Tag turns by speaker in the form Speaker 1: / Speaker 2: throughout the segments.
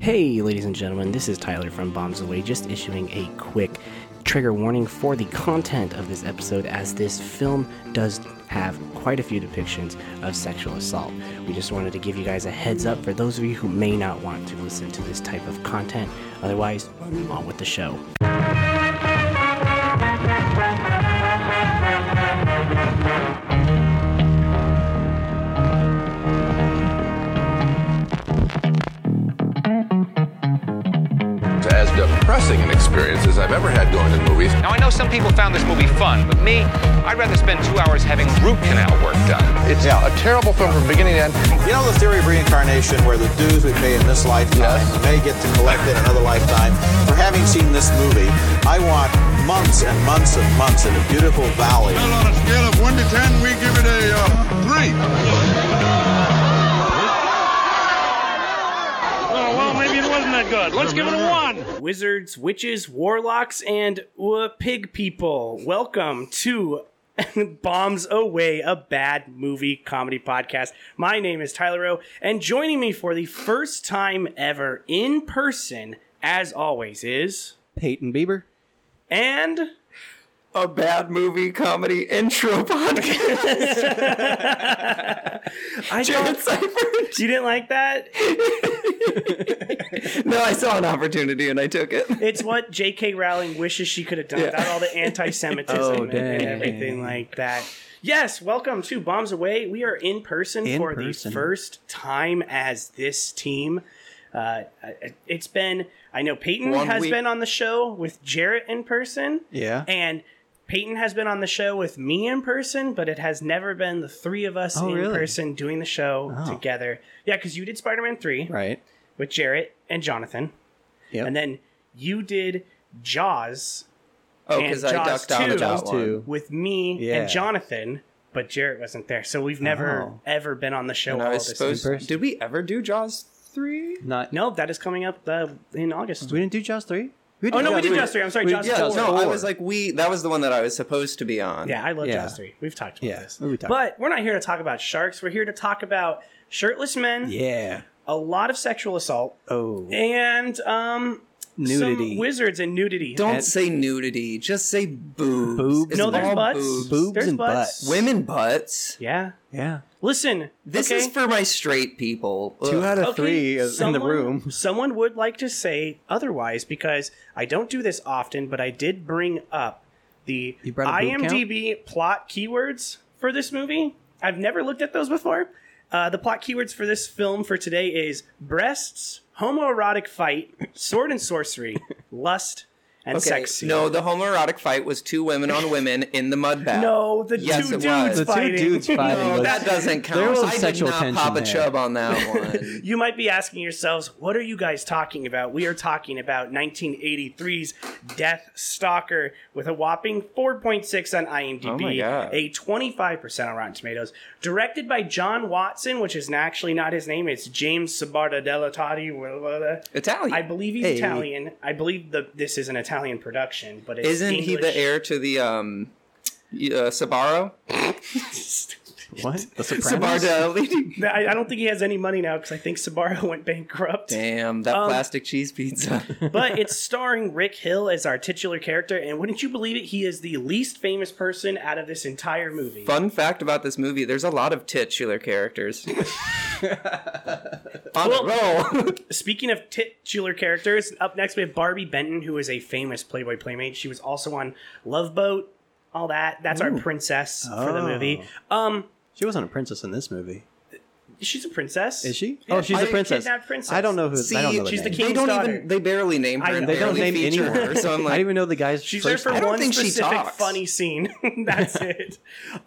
Speaker 1: Hey, ladies and gentlemen, this is Tyler from Bombs Away, just issuing a quick trigger warning for the content of this episode, as this film does have quite a few depictions of sexual assault. We just wanted to give you guys a heads up for those of you who may not want to listen to this type of content. Otherwise, on with the show.
Speaker 2: as depressing an experience as I've ever had going to the movies.
Speaker 3: Now, I know some people found this movie fun, but me, I'd rather spend two hours having root canal work done.
Speaker 2: It's
Speaker 4: Yeah.
Speaker 2: a terrible film from beginning to end.
Speaker 4: You know the theory of reincarnation where the dues we pay in this lifetime
Speaker 2: Yes.
Speaker 4: we may get to collect in another lifetime? For having seen this movie, I want months and months and months in a beautiful valley.
Speaker 5: Well, on a scale of one to ten, we give it a uh, three.
Speaker 6: Oh, well, maybe it wasn't that good. Let's give it a one.
Speaker 1: Wizards, witches, warlocks, and uh, pig people, welcome to Bombs Away, a bad movie comedy podcast. My name is Tyler Rowe, and joining me for the first time ever in person, as always, is
Speaker 7: Peyton Bieber.
Speaker 1: and
Speaker 8: a bad movie comedy intro podcast.
Speaker 1: I
Speaker 8: John
Speaker 1: don't.
Speaker 8: Seifert.
Speaker 1: You didn't like that?
Speaker 8: No, I saw an opportunity and I took it.
Speaker 1: It's what J.K. Rowling wishes she could have done without all the anti-Semitism
Speaker 7: Oh,
Speaker 1: and, and
Speaker 7: dang.
Speaker 1: everything like that. Yes, welcome to Bombs Away. We are in person
Speaker 7: In
Speaker 1: for
Speaker 7: person.
Speaker 1: the first time as this team. Uh, it's been I know Peyton
Speaker 8: One
Speaker 1: has
Speaker 8: week.
Speaker 1: been on the show with Jarrett in person,
Speaker 7: Yeah.
Speaker 1: and Peyton has been on the show with me in person, but it has never been the three of us
Speaker 7: Oh,
Speaker 1: in
Speaker 7: really?
Speaker 1: person doing the show
Speaker 7: Oh.
Speaker 1: together. Yeah, because you did Spider-Man three
Speaker 7: Right.
Speaker 1: with Jarrett and Jonathan.
Speaker 7: Yep.
Speaker 1: And then you did Jaws
Speaker 8: Oh,
Speaker 1: And
Speaker 8: because I
Speaker 1: Jaws
Speaker 8: ducked out
Speaker 1: 2.
Speaker 8: of that
Speaker 7: Jaws
Speaker 8: one.
Speaker 7: 2.
Speaker 1: with me
Speaker 7: Yeah.
Speaker 1: and Jonathan, but Jarrett wasn't there. So we've never
Speaker 7: Oh.
Speaker 1: ever been on the show
Speaker 8: And
Speaker 1: all
Speaker 8: I was
Speaker 1: this
Speaker 8: supposed.
Speaker 7: person.
Speaker 8: Did we ever do Jaws three?
Speaker 7: Not.
Speaker 1: No, that is coming up uh, in August.
Speaker 7: We didn't do Jaws three.
Speaker 1: Oh, no, we did Jaws 3. I'm sorry,
Speaker 7: We-
Speaker 1: Jaws
Speaker 7: yeah,
Speaker 1: 4.
Speaker 8: Yeah,
Speaker 7: Jaws
Speaker 8: no, I
Speaker 7: 4.
Speaker 8: was like, we. That was the one that I was supposed to be on.
Speaker 1: Yeah, I love
Speaker 7: Yeah.
Speaker 1: Jaws 3. We've talked about
Speaker 7: Yeah,
Speaker 1: this.
Speaker 7: we talked-
Speaker 1: But we're not here to talk about sharks. We're here to talk about shirtless men,
Speaker 7: Yeah.
Speaker 1: a lot of sexual assault,
Speaker 7: Oh.
Speaker 1: and um,
Speaker 7: Nudity.
Speaker 1: some wizards and nudity.
Speaker 8: Don't
Speaker 7: And-
Speaker 8: say nudity. Just say boobs.
Speaker 7: Boobs.
Speaker 8: It's
Speaker 1: No, there's
Speaker 8: all
Speaker 1: butts.
Speaker 8: boobs.
Speaker 7: Boobs
Speaker 1: There's
Speaker 7: and
Speaker 1: butts.
Speaker 7: butts.
Speaker 8: Women butts.
Speaker 1: Yeah.
Speaker 7: Yeah.
Speaker 1: Listen,
Speaker 8: This
Speaker 1: okay.
Speaker 8: is for my straight people.
Speaker 7: Two
Speaker 8: Ugh.
Speaker 7: out of
Speaker 1: Okay,
Speaker 7: three is in the
Speaker 1: someone-
Speaker 7: room.
Speaker 1: Someone would like to say otherwise because I don't do this often, but I did bring up the
Speaker 7: You brought a boot
Speaker 1: IMDb plot keywords for this movie. I've never looked at those before. Uh, the plot keywords for this film for today is breasts, homoerotic fight, sword and sorcery, lust, and
Speaker 8: Okay,
Speaker 1: sex. scene.
Speaker 8: No, the homoerotic fight was two women on women in the mud bath.
Speaker 1: no, the
Speaker 8: Yes,
Speaker 1: two
Speaker 8: it was.
Speaker 1: dudes
Speaker 8: The two
Speaker 1: fighting.
Speaker 7: dudes fighting
Speaker 8: No,
Speaker 7: was-
Speaker 8: Oh, that doesn't count.
Speaker 7: There was some
Speaker 8: I
Speaker 7: sexual
Speaker 8: did not
Speaker 7: tension
Speaker 8: pop a
Speaker 7: there.
Speaker 8: chub on that one.
Speaker 1: You might be asking yourselves, what are you guys talking about? We are talking about 1983's Death Stalker with a whopping 4.6 on
Speaker 8: Oh my
Speaker 1: IMDb,
Speaker 8: God.
Speaker 1: a 25% on Rotten Tomatoes. Directed by John Watson, which is actually not his name, it's James Sabarda della Totti. blah, blah, blah.
Speaker 8: Italian.
Speaker 1: I believe he's
Speaker 7: Hey.
Speaker 1: Italian. I believe the, this is an Italian production, but it's
Speaker 8: Isn't he
Speaker 1: English.
Speaker 8: the heir to the um y- uh, Sabaro?
Speaker 7: What? The Sopranos.
Speaker 8: Sabardelli.
Speaker 1: I, I don't think he has any money now because I think Sabaro went bankrupt.
Speaker 8: Damn, that
Speaker 1: Um,
Speaker 8: plastic cheese pizza.
Speaker 1: but it's starring Rick Hill as our titular character, and wouldn't you believe it? He is the least famous person out of this entire movie.
Speaker 8: Fun fact about this movie: there's a lot of titular characters. On a roll.
Speaker 1: Speaking of titular characters, up next we have Barbie Benton, who is a famous Playboy playmate. She was also on Love Boat, all that. That's our princess for the
Speaker 7: Oh.
Speaker 1: movie. Um,
Speaker 7: She wasn't a princess in this movie,
Speaker 1: she's a princess.
Speaker 7: is she? Oh, she's
Speaker 1: I-
Speaker 7: a princess.
Speaker 1: kidnapped princess.
Speaker 7: I don't know who.
Speaker 8: See,
Speaker 7: I don't know
Speaker 1: she's
Speaker 7: the
Speaker 1: the
Speaker 7: name.
Speaker 1: king's
Speaker 8: they don't
Speaker 1: daughter.
Speaker 8: even. They barely name her.
Speaker 1: I
Speaker 8: and
Speaker 1: know.
Speaker 7: They don't
Speaker 8: barely
Speaker 7: name
Speaker 8: feature
Speaker 7: anyone.
Speaker 8: her, So I'm
Speaker 7: I don't
Speaker 8: like,
Speaker 7: even know the guy's
Speaker 1: She's
Speaker 7: first
Speaker 1: there
Speaker 8: I
Speaker 1: for
Speaker 8: don't
Speaker 1: one
Speaker 8: think she
Speaker 1: specific
Speaker 8: talks.
Speaker 1: funny scene. That's it.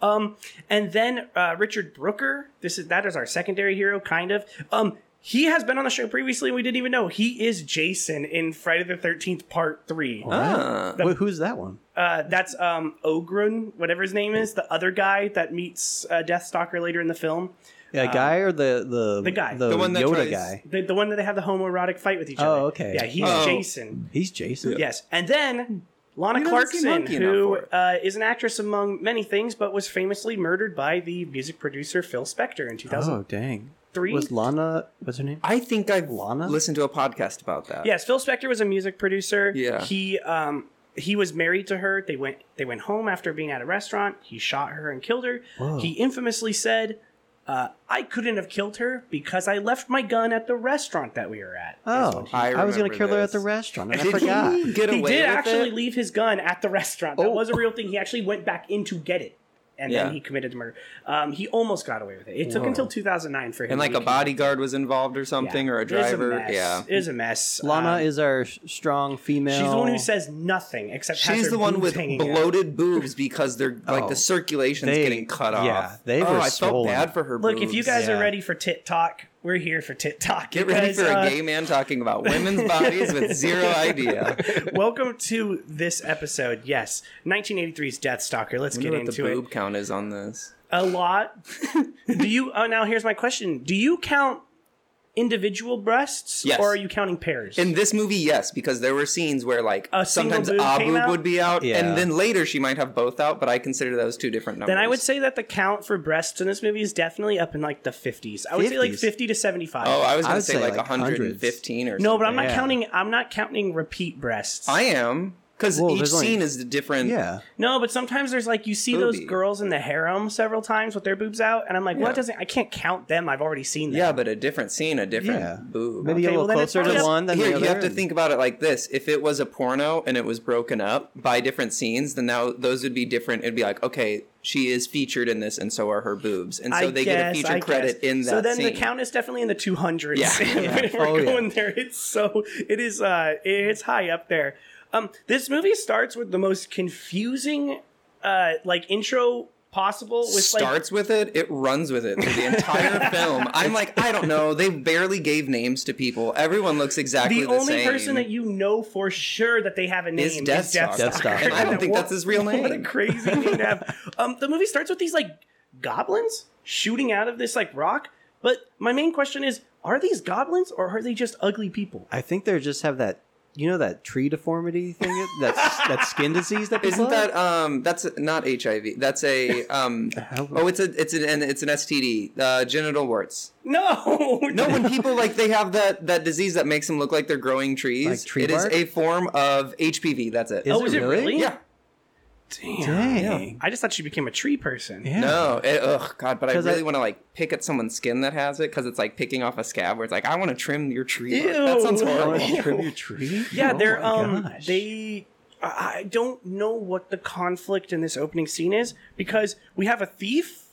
Speaker 1: Um, and then uh, Richard Brooker. This is that is our secondary hero, kind of. Um, he has been on the show previously, and we didn't even know he is Jason in Friday the Thirteenth Part Three.
Speaker 8: Ah.
Speaker 7: Wh- who's that one?
Speaker 1: Uh, that's um, Ogrun, whatever his name is, the other guy that meets uh, Deathstalker later in the film.
Speaker 7: A guy or the the
Speaker 1: Uh, the guy.
Speaker 7: the,
Speaker 8: The one that
Speaker 7: Yoda
Speaker 8: tries-
Speaker 7: guy?
Speaker 1: The, the one that they have the homoerotic fight with each
Speaker 7: Oh,
Speaker 1: other.
Speaker 7: okay.
Speaker 1: Yeah, he's
Speaker 8: Oh.
Speaker 1: Jason.
Speaker 7: He's Jason.
Speaker 1: Yes, and
Speaker 8: Hmm.
Speaker 1: then Lana
Speaker 8: You haven't seen
Speaker 1: Clarkson,
Speaker 8: Monkey enough
Speaker 1: who
Speaker 8: for it.
Speaker 1: uh, is an actress among many things, but was famously murdered by the music producer Phil Spector in 2000.
Speaker 7: Oh dang!
Speaker 1: three.
Speaker 7: was Lana? What's her name?
Speaker 8: I think I've
Speaker 7: Lana?
Speaker 8: listened to a podcast about that.
Speaker 1: Yes, Phil Spector was a music producer.
Speaker 8: Yeah.
Speaker 1: He um he was married to her. They went they went home after being at a restaurant. He shot her and killed her. He infamously said, uh, "I couldn't have killed her because I left my gun at the restaurant that we were at."
Speaker 7: Oh, I,
Speaker 8: I
Speaker 7: was gonna
Speaker 8: remember
Speaker 7: kill her at
Speaker 8: this.
Speaker 7: the restaurant, and I
Speaker 8: Did
Speaker 7: forgot.
Speaker 8: he get
Speaker 1: He
Speaker 8: away
Speaker 1: did
Speaker 8: with
Speaker 1: actually
Speaker 8: it?
Speaker 1: leave his gun at the restaurant. That
Speaker 8: Oh.
Speaker 1: was a real thing. He actually went back in to get it. And
Speaker 8: Yeah.
Speaker 1: then he committed the murder. Um, he almost got away with it. It took until 2009 for him.
Speaker 8: and
Speaker 1: to
Speaker 8: like
Speaker 1: be
Speaker 8: a
Speaker 1: convicted.
Speaker 8: bodyguard was involved or something or a
Speaker 1: It is
Speaker 8: driver.
Speaker 1: mess.
Speaker 8: yeah.
Speaker 1: It is a mess.
Speaker 7: Lana
Speaker 1: Um,
Speaker 7: is our s- strong female.
Speaker 1: She's the one who says nothing except has
Speaker 8: She's
Speaker 1: her
Speaker 8: the one
Speaker 1: boobs
Speaker 8: with
Speaker 1: hanging out.
Speaker 8: bloated boobs because they're like
Speaker 7: Oh,
Speaker 8: the circulation's
Speaker 7: they-
Speaker 8: getting cut
Speaker 7: yeah,
Speaker 8: off.
Speaker 7: they
Speaker 8: oh,
Speaker 7: were
Speaker 8: I felt
Speaker 7: swollen.
Speaker 8: bad for her.
Speaker 1: Look, if you
Speaker 8: boobs.
Speaker 1: guys
Speaker 7: Yeah.
Speaker 1: are ready for tit talk, we're here for tit talk.
Speaker 8: get ready
Speaker 1: because,
Speaker 8: for
Speaker 1: uh,
Speaker 8: a gay man talking about women's bodies with zero idea.
Speaker 1: Welcome to this episode. Yes, 1983's Death Stalker. Let's
Speaker 8: I
Speaker 1: get
Speaker 8: wonder what the
Speaker 1: into
Speaker 8: boob
Speaker 1: it.
Speaker 8: count is on this.
Speaker 1: A lot. Do you? Oh, now here's my question. Do you count individual breasts,
Speaker 8: Yes.
Speaker 1: or are you counting pairs?
Speaker 8: In this movie, yes, because there were scenes where like
Speaker 1: A single
Speaker 8: sometimes
Speaker 1: boob
Speaker 8: a
Speaker 1: came
Speaker 8: boob
Speaker 1: out?
Speaker 8: would be out,
Speaker 7: Yeah.
Speaker 8: and then later she might have both out. But I consider those two different numbers.
Speaker 1: then I would say that the count for breasts in this movie is definitely up in like the 50s. I would say like
Speaker 7: 50s.
Speaker 1: 50 to 75.
Speaker 8: Oh, I was
Speaker 7: I
Speaker 8: gonna
Speaker 7: would
Speaker 8: say,
Speaker 7: say,
Speaker 8: like
Speaker 7: like,
Speaker 8: 115 or something.
Speaker 1: no, but I'm not
Speaker 7: Yeah.
Speaker 1: counting. I'm not counting repeat breasts.
Speaker 8: I am because
Speaker 7: Well,
Speaker 8: each
Speaker 7: there's only-
Speaker 8: scene is different.
Speaker 7: Yeah,
Speaker 1: No, but sometimes there's like you see those
Speaker 8: Booby.
Speaker 1: girls in the harem several times with their boobs out, and I'm like,
Speaker 8: Yeah.
Speaker 1: what doesn't? I can't count them. I've already seen them.
Speaker 8: yeah, but a different scene, a different
Speaker 7: yeah.
Speaker 8: boob.
Speaker 7: Maybe
Speaker 1: Okay,
Speaker 7: a little
Speaker 1: well, then it's
Speaker 7: closer
Speaker 1: fine.
Speaker 7: to one than the
Speaker 8: Here,
Speaker 7: other.
Speaker 8: you have to
Speaker 7: and-
Speaker 8: think about it like this: if it was a porno and it was broken up by different scenes, then now those would be different. It'd be like, okay, she is featured in this, and so are her boobs, and so
Speaker 1: I
Speaker 8: they
Speaker 1: guess,
Speaker 8: get a
Speaker 1: I
Speaker 8: feature credit
Speaker 1: guess.
Speaker 8: in that.
Speaker 1: So then the
Speaker 8: scene.
Speaker 1: count is definitely in the 200s.
Speaker 8: Yeah.
Speaker 1: if we're
Speaker 7: Oh, yeah.
Speaker 1: going there, it's so it is uh it's high up there. Um, this movie starts with the most confusing uh like intro possible with like
Speaker 8: starts with it, it runs with it through the entire film. I'm like, I don't know. They barely gave names to people. Everyone looks exactly
Speaker 1: the
Speaker 8: the,
Speaker 1: only
Speaker 8: same.
Speaker 1: person that you know for sure that they have a name
Speaker 8: Is
Speaker 1: is
Speaker 8: Death
Speaker 1: Death,
Speaker 8: Stalker.
Speaker 7: Death Stalker.
Speaker 8: And I don't think that's his real
Speaker 1: What a
Speaker 8: name.
Speaker 1: crazy name to have. Um, the movie starts with these like goblins shooting out of this like rock. But my main question is: Are these goblins or are they just ugly people?
Speaker 7: I think they just have that, you know, that tree deformity thing, that that skin disease that people
Speaker 8: Isn't
Speaker 7: have?
Speaker 8: that um? That's not HIV. That's a um. Oh, it's a it's an it's an STD. Uh, genital warts.
Speaker 1: No,
Speaker 8: No, when people like they have that that disease that makes them look like they're growing trees.
Speaker 7: Like tree
Speaker 8: it is
Speaker 7: bark?
Speaker 8: a form of HPV. That's it.
Speaker 7: Is
Speaker 1: Oh, is it really?
Speaker 8: Yeah.
Speaker 7: Dang.
Speaker 1: I just thought she became a tree person. Yeah.
Speaker 8: No, it, ugh, God, but I
Speaker 7: 'Cause I-
Speaker 8: really want to like pick at someone's skin that has it because it's like picking off a scab where it's like, I want to trim your tree. bark." That
Speaker 1: Ew.
Speaker 8: sounds horrible.
Speaker 7: Trim your tree?
Speaker 1: Yeah,
Speaker 7: Oh
Speaker 1: they're
Speaker 7: my
Speaker 1: um
Speaker 7: gosh.
Speaker 1: they I I don't know what the conflict in this opening scene is because we have a thief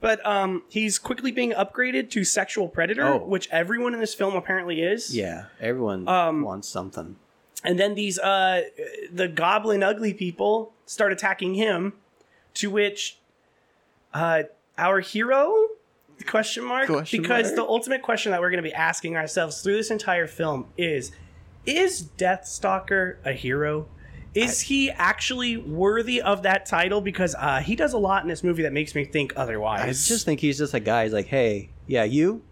Speaker 1: but um he's quickly being upgraded to sexual predator,
Speaker 7: Oh.
Speaker 1: which everyone in this film apparently is.
Speaker 7: Yeah, everyone wants something.
Speaker 1: And then these uh the goblin ugly people start attacking him to which uh our hero question mark
Speaker 7: Question
Speaker 1: because
Speaker 7: mark?
Speaker 1: the ultimate question that we're going to be asking ourselves through this entire film is is Deathstalker a hero? Is he actually worthy of that title because uh he does a lot in this movie that makes me think otherwise.
Speaker 7: I just think he's just a guy. He's like, hey, yeah, you,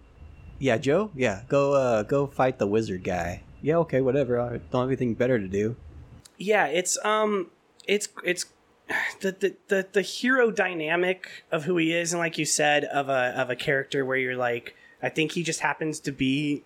Speaker 7: yeah, Joe, yeah, go, uh, go fight the wizard guy. Yeah, okay, whatever. I don't have anything better to do.
Speaker 1: yeah it's um it's it's the, the the the hero dynamic of who he is and like you said of a of a character where you're like i think he just happens to be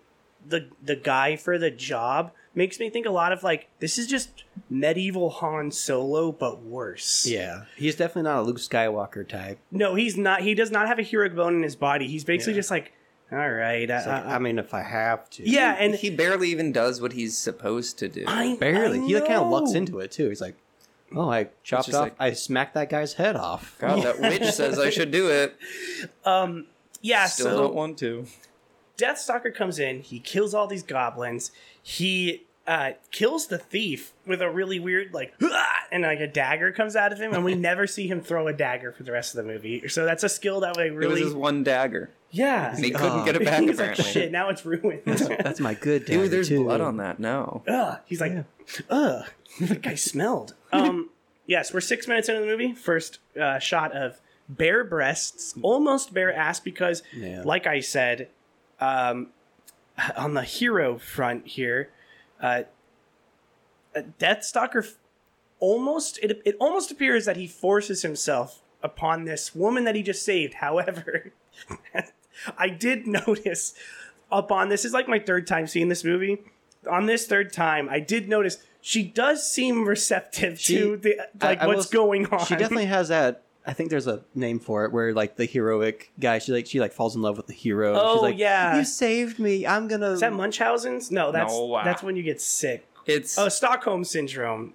Speaker 1: the the guy for the job makes me think a lot of like this is just medieval han solo but worse
Speaker 7: Yeah, he's definitely not a Luke Skywalker type.
Speaker 1: no he's not he does not have a heroic bone in his body he's basically just like all right I,
Speaker 7: It's like,
Speaker 1: I,
Speaker 7: I mean, if I have to,
Speaker 1: yeah and
Speaker 8: he barely even does what he's supposed to do.
Speaker 1: I,
Speaker 7: barely.
Speaker 1: I
Speaker 7: he like, kind of
Speaker 1: know.
Speaker 7: lucks into it too. He's like, oh, I chopped off,
Speaker 8: just like-
Speaker 7: I smacked that guy's head off.
Speaker 8: God, that witch says I should do it.
Speaker 1: Um, yeah
Speaker 8: Still
Speaker 1: so
Speaker 8: don't want to.
Speaker 1: Deathstalker comes in, he kills all these goblins, he uh, kills the thief with a really weird like "Hua!" and like a dagger comes out of him, and we never see him throw a dagger for the rest of the movie. So that's a skill that we
Speaker 8: It was
Speaker 1: really
Speaker 8: his one dagger,
Speaker 1: yeah.
Speaker 8: and he couldn't get it back.
Speaker 1: He's like
Speaker 8: apparently,
Speaker 1: shit. Now it's ruined.
Speaker 7: That's my good.
Speaker 8: dude,
Speaker 7: dagger,
Speaker 8: there's
Speaker 7: too.
Speaker 8: blood on that. No,
Speaker 1: Ugh. He's like, ugh. That guy smelled. Um. yes, we're six minutes into the movie. First uh, shot of bare breasts, almost bare ass, because,
Speaker 7: Yeah.
Speaker 1: like I said, um, on the hero front here, uh, uh, Deathstalker f- almost it it almost appears that he forces himself upon this woman that he just saved. However. I did notice up on this is like my third time seeing this movie. On this third time, I did notice she does seem receptive
Speaker 7: She-
Speaker 1: to the
Speaker 7: I-
Speaker 1: like
Speaker 7: I will
Speaker 1: what's
Speaker 7: s-
Speaker 1: going on.
Speaker 7: She definitely has that. I think there's a name for it where like the heroic guy. She like she like falls in love with the hero. and
Speaker 1: Oh,
Speaker 7: she's like,
Speaker 1: yeah.
Speaker 7: you saved me. I'm gonna.
Speaker 1: Is that Munchausen's? No, that's
Speaker 3: No, uh,
Speaker 1: that's when you get sick.
Speaker 8: It's
Speaker 1: Oh, Stockholm syndrome.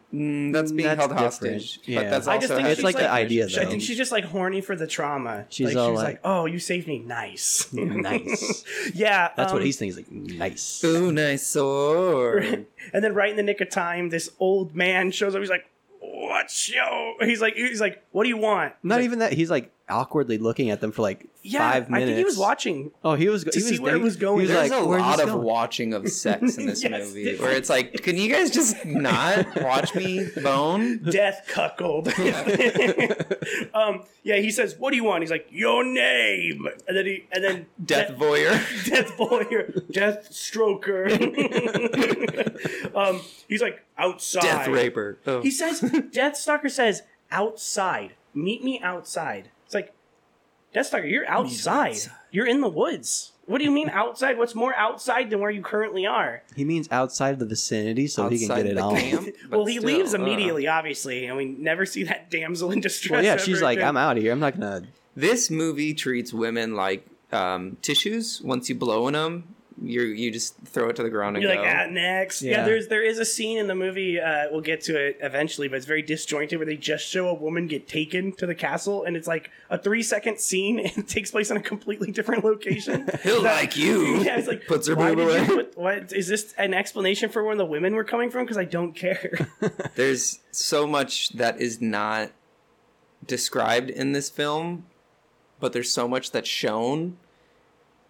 Speaker 8: that's being
Speaker 7: that's
Speaker 8: held
Speaker 7: different.
Speaker 8: hostage.
Speaker 7: Yeah.
Speaker 8: But that's
Speaker 1: I
Speaker 8: also
Speaker 1: just think
Speaker 8: how
Speaker 1: it's
Speaker 8: she-
Speaker 7: it's like,
Speaker 1: like-
Speaker 7: the idea
Speaker 1: I
Speaker 7: though.
Speaker 1: think she's just like horny for the trauma.
Speaker 7: She's
Speaker 1: like,
Speaker 7: all
Speaker 1: she's
Speaker 7: like-
Speaker 1: like, "Oh, you saved me, nice,
Speaker 7: nice.
Speaker 1: yeah."
Speaker 7: That's what
Speaker 1: um,
Speaker 7: he's thinking. He's like nice.
Speaker 8: Ooh, nice sword.
Speaker 1: And then right in the nick of time, this old man shows up. He's like, "What's yo?" He's like, "He's like, what do you want?"
Speaker 7: Not even that. He's like awkwardly looking at them for like
Speaker 1: Yeah,
Speaker 7: five minutes.
Speaker 1: I think he was watching.
Speaker 7: Oh, he was. To he
Speaker 1: see
Speaker 7: was
Speaker 1: where it
Speaker 7: there.
Speaker 1: was going.
Speaker 7: He was
Speaker 8: There's
Speaker 7: like,
Speaker 8: a
Speaker 7: "Where's
Speaker 8: lot
Speaker 7: this
Speaker 8: of
Speaker 7: going?"
Speaker 8: watching of sex in this
Speaker 1: Yes.
Speaker 8: movie where it's like, can you guys just not watch me bone?
Speaker 1: Death cuckold. um, yeah, he says, "What do you want?" He's like, "Your name," and then he, and then
Speaker 8: Death voyeur.
Speaker 1: death voyeur, death stroker. um, he's like outside.
Speaker 8: Death raper. Oh.
Speaker 1: He says, Death Stalker says, outside. Meet me outside. It's like, Death Stalker, you're outside. You're in the woods. What do you mean outside? What's more outside than where you currently are?
Speaker 7: He means outside the vicinity, so he can
Speaker 8: Outside
Speaker 7: get it
Speaker 8: the
Speaker 7: on.
Speaker 8: camp, but
Speaker 1: well, he
Speaker 8: still,
Speaker 1: leaves
Speaker 8: uh.
Speaker 1: immediately, obviously, and we never see that damsel in distress.
Speaker 7: Well, yeah,
Speaker 1: ever
Speaker 7: she's like,
Speaker 1: again.
Speaker 7: "I'm out of here. I'm not gonna."
Speaker 8: This movie treats women like um, tissues. Once you blow in them, you you just throw it to the ground and
Speaker 1: You're
Speaker 8: go.
Speaker 1: like, ah, next. Yeah.
Speaker 7: Yeah.
Speaker 1: there's there is a scene in the movie. Uh, we'll get to it eventually, but it's very disjointed where they just show a woman get taken to the castle, and it's like a three second scene, and it takes place in a completely different location.
Speaker 8: He'll
Speaker 1: That-
Speaker 8: like you.
Speaker 1: Yeah, it's like
Speaker 8: Puts her
Speaker 1: why
Speaker 8: boob
Speaker 1: did you
Speaker 8: away.
Speaker 1: put- what is this an explanation for where the women were coming from? Because I don't care.
Speaker 8: There's so much that is not described in this film, but there's so much that's shown.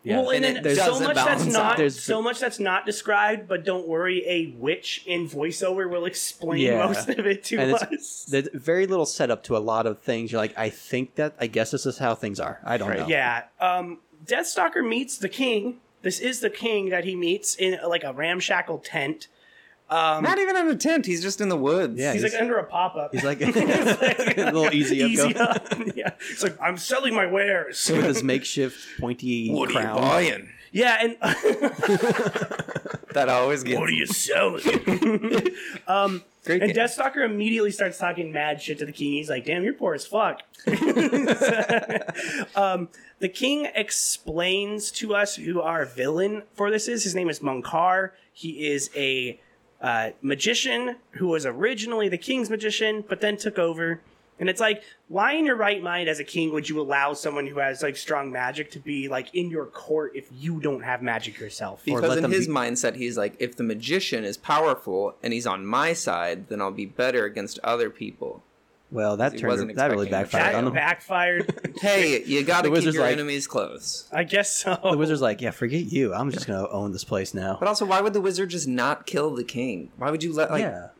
Speaker 7: Yeah.
Speaker 1: Well, and,
Speaker 8: And it
Speaker 1: then so
Speaker 8: doesn't
Speaker 1: much that's
Speaker 8: balance out.
Speaker 1: not
Speaker 7: There's-
Speaker 1: so much that's not described. But don't worry, a witch in voiceover will explain
Speaker 7: Yeah.
Speaker 1: most of it to
Speaker 7: And
Speaker 1: us.
Speaker 7: it's there's very little setup to a lot of things. You're like, I think that. I guess this is how things are. I don't know.
Speaker 1: Yeah. Um, Deathstalker meets the king. This is the king that he meets in uh, like a ramshackle tent.
Speaker 8: not even in a tent. He's just in the woods.
Speaker 7: Um, Yeah,
Speaker 1: He's, like under a pop up.
Speaker 7: He's like a little easy up,
Speaker 1: Easy
Speaker 7: go.
Speaker 1: up. yeah. It's like I'm selling my wares.
Speaker 7: with his makeshift pointy
Speaker 8: What are you
Speaker 7: crown.
Speaker 8: buying?
Speaker 1: yeah, and
Speaker 8: That always gets
Speaker 1: What are you selling?
Speaker 8: great.
Speaker 1: and
Speaker 8: game.
Speaker 1: Deathstalker immediately starts talking mad shit to the king. He's like, "Damn, you're poor as fuck." um, the king explains to us who our villain for this is. His name is Munkar. He is a uh, magician who was originally the king's magician, but then took over. And it's like, why in your right mind as a king would you allow someone who has like strong magic to be like in your court if you don't have magic yourself?
Speaker 8: because
Speaker 7: let
Speaker 8: in
Speaker 7: them
Speaker 8: his
Speaker 7: be-
Speaker 8: mindset, he's like, if the magician is powerful and he's on my side, then I'll be better against other people.
Speaker 7: Well, that
Speaker 8: He
Speaker 7: turned
Speaker 8: wasn't
Speaker 7: that really
Speaker 8: expecting
Speaker 7: backfired
Speaker 8: that.
Speaker 7: on
Speaker 1: That
Speaker 7: him.
Speaker 1: backfired.
Speaker 8: Hey, you got
Speaker 7: The
Speaker 8: to keep
Speaker 7: wizard's
Speaker 8: your
Speaker 7: like-
Speaker 8: enemies close.
Speaker 1: I guess so.
Speaker 7: The wizard's like, yeah, forget you. I'm just gonna own this place now.
Speaker 8: But also, why would the wizard just not kill the king? Why would you let like
Speaker 7: yeah,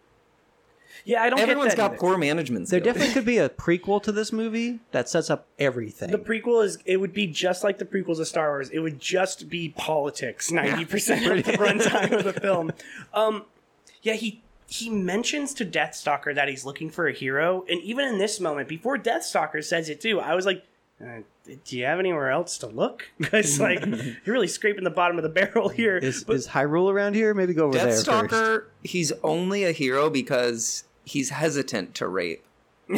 Speaker 1: Yeah, I don't.
Speaker 8: everyone's
Speaker 1: get that
Speaker 8: got
Speaker 1: either.
Speaker 8: poor management?
Speaker 7: there
Speaker 8: skills.
Speaker 7: definitely could be a prequel to this movie that sets up everything.
Speaker 1: The prequel is it would be just like the prequels of Star Wars. It would just be politics ninety percent of the runtime of the film. Um, yeah, he he mentions to Deathstalker that he's looking for a hero, and even in this moment, before Deathstalker says it too, I was like. Uh, do you have anywhere else to look? Because like you're really scraping the bottom of the barrel here.
Speaker 7: is is Hyrule around here? Maybe go over there first.
Speaker 8: Deathstalker. He's only a hero because he's hesitant to rape.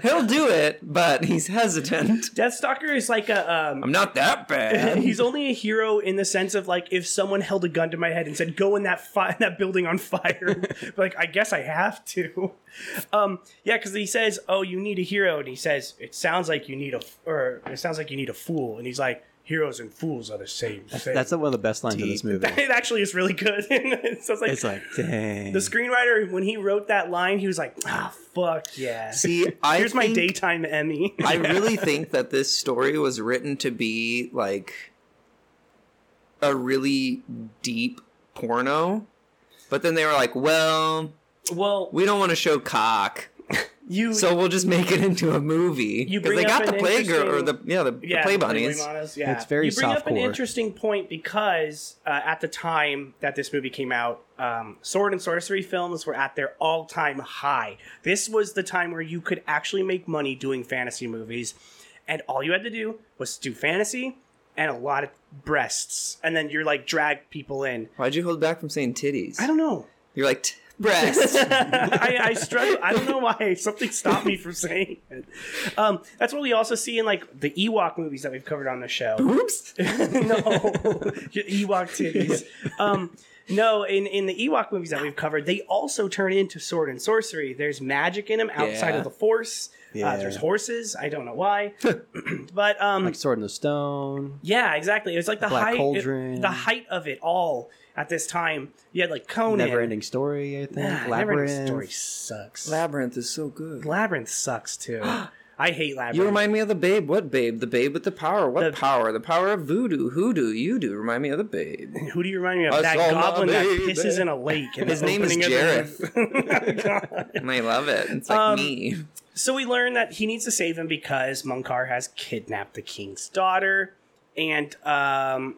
Speaker 8: He'll do it, but he's hesitant.
Speaker 1: Deathstalker is like a um,
Speaker 8: I'm not that bad.
Speaker 1: He's only a hero in the sense of like if someone held a gun to my head and said, "Go in that fi- that building on fire," but, like I guess I have to. Um, yeah, because he says, "Oh, you need a hero," and he says, "It sounds like you need a or it sounds like you need a fool," and he's like, "Heroes and fools are the same thing."
Speaker 7: That's one of the best lines of this movie.
Speaker 1: it actually is really good. so it's like,
Speaker 7: It's like, dang.
Speaker 1: the screenwriter when he wrote that line, he was like, "Ah, fuck yeah."
Speaker 8: See, I
Speaker 1: Here's my
Speaker 8: think-
Speaker 1: daytime Emmy.
Speaker 8: I really think that this story was written to be like a really deep porno. But then they were like, well,
Speaker 1: well,
Speaker 8: we don't want to show cock,
Speaker 1: you
Speaker 8: so we'll just make it into a movie.
Speaker 1: You bring
Speaker 8: Because they
Speaker 1: up
Speaker 8: got the
Speaker 1: an
Speaker 8: play girl or the
Speaker 1: interesting-
Speaker 8: yeah, the, the play bunnies.
Speaker 1: Models, yeah.
Speaker 7: It's very
Speaker 1: You bring up an
Speaker 7: softcore.
Speaker 1: interesting point because uh, at the time that this movie came out, um, sword and sorcery films were at their all-time high. This was the time where you could actually make money doing fantasy movies, and all you had to do was do fantasy and a lot of breasts, and then you're like drag people in.
Speaker 8: Why'd you hold back from saying titties?
Speaker 1: I don't know.
Speaker 8: You're like "T- breasts.
Speaker 1: I, I struggle. I don't know why something stopped me from saying it. Um, that's what we also see in like the Ewok movies that we've covered on the show.
Speaker 8: Oops.
Speaker 1: no, Your Ewok titties. Um, no, in, in the Ewok movies that we've covered, they also turn into sword and sorcery. There's magic in them outside
Speaker 8: Yeah.
Speaker 1: of the Force. Uh,
Speaker 7: Yeah.
Speaker 1: there's horses. I don't know why, but um,
Speaker 7: Like Sword in the Stone.
Speaker 1: yeah, exactly. It was like the
Speaker 7: Black
Speaker 1: height,
Speaker 7: Cauldron.
Speaker 1: the height of it all at this time. You had like Conan.
Speaker 7: Never ending story, I think.
Speaker 1: Ah,
Speaker 7: Labyrinth.
Speaker 1: Neverending Story sucks.
Speaker 8: Labyrinth is so good.
Speaker 1: Labyrinth sucks too. I hate Labyrinth.
Speaker 8: You remind me of the babe. What babe? The babe with the power. What
Speaker 1: The-
Speaker 8: power? The power of voodoo. Hoodoo. You do. Remind me of the babe.
Speaker 1: Who do you remind me
Speaker 8: I
Speaker 1: of? That
Speaker 8: saw my
Speaker 1: goblin that
Speaker 8: baby.
Speaker 1: pisses in a lake. In
Speaker 8: His
Speaker 1: the
Speaker 8: name is
Speaker 1: opening of the- God. Um,
Speaker 8: And I love it. It's like me.
Speaker 1: So we learn that he needs to save him because Munkar has kidnapped the king's daughter, and um,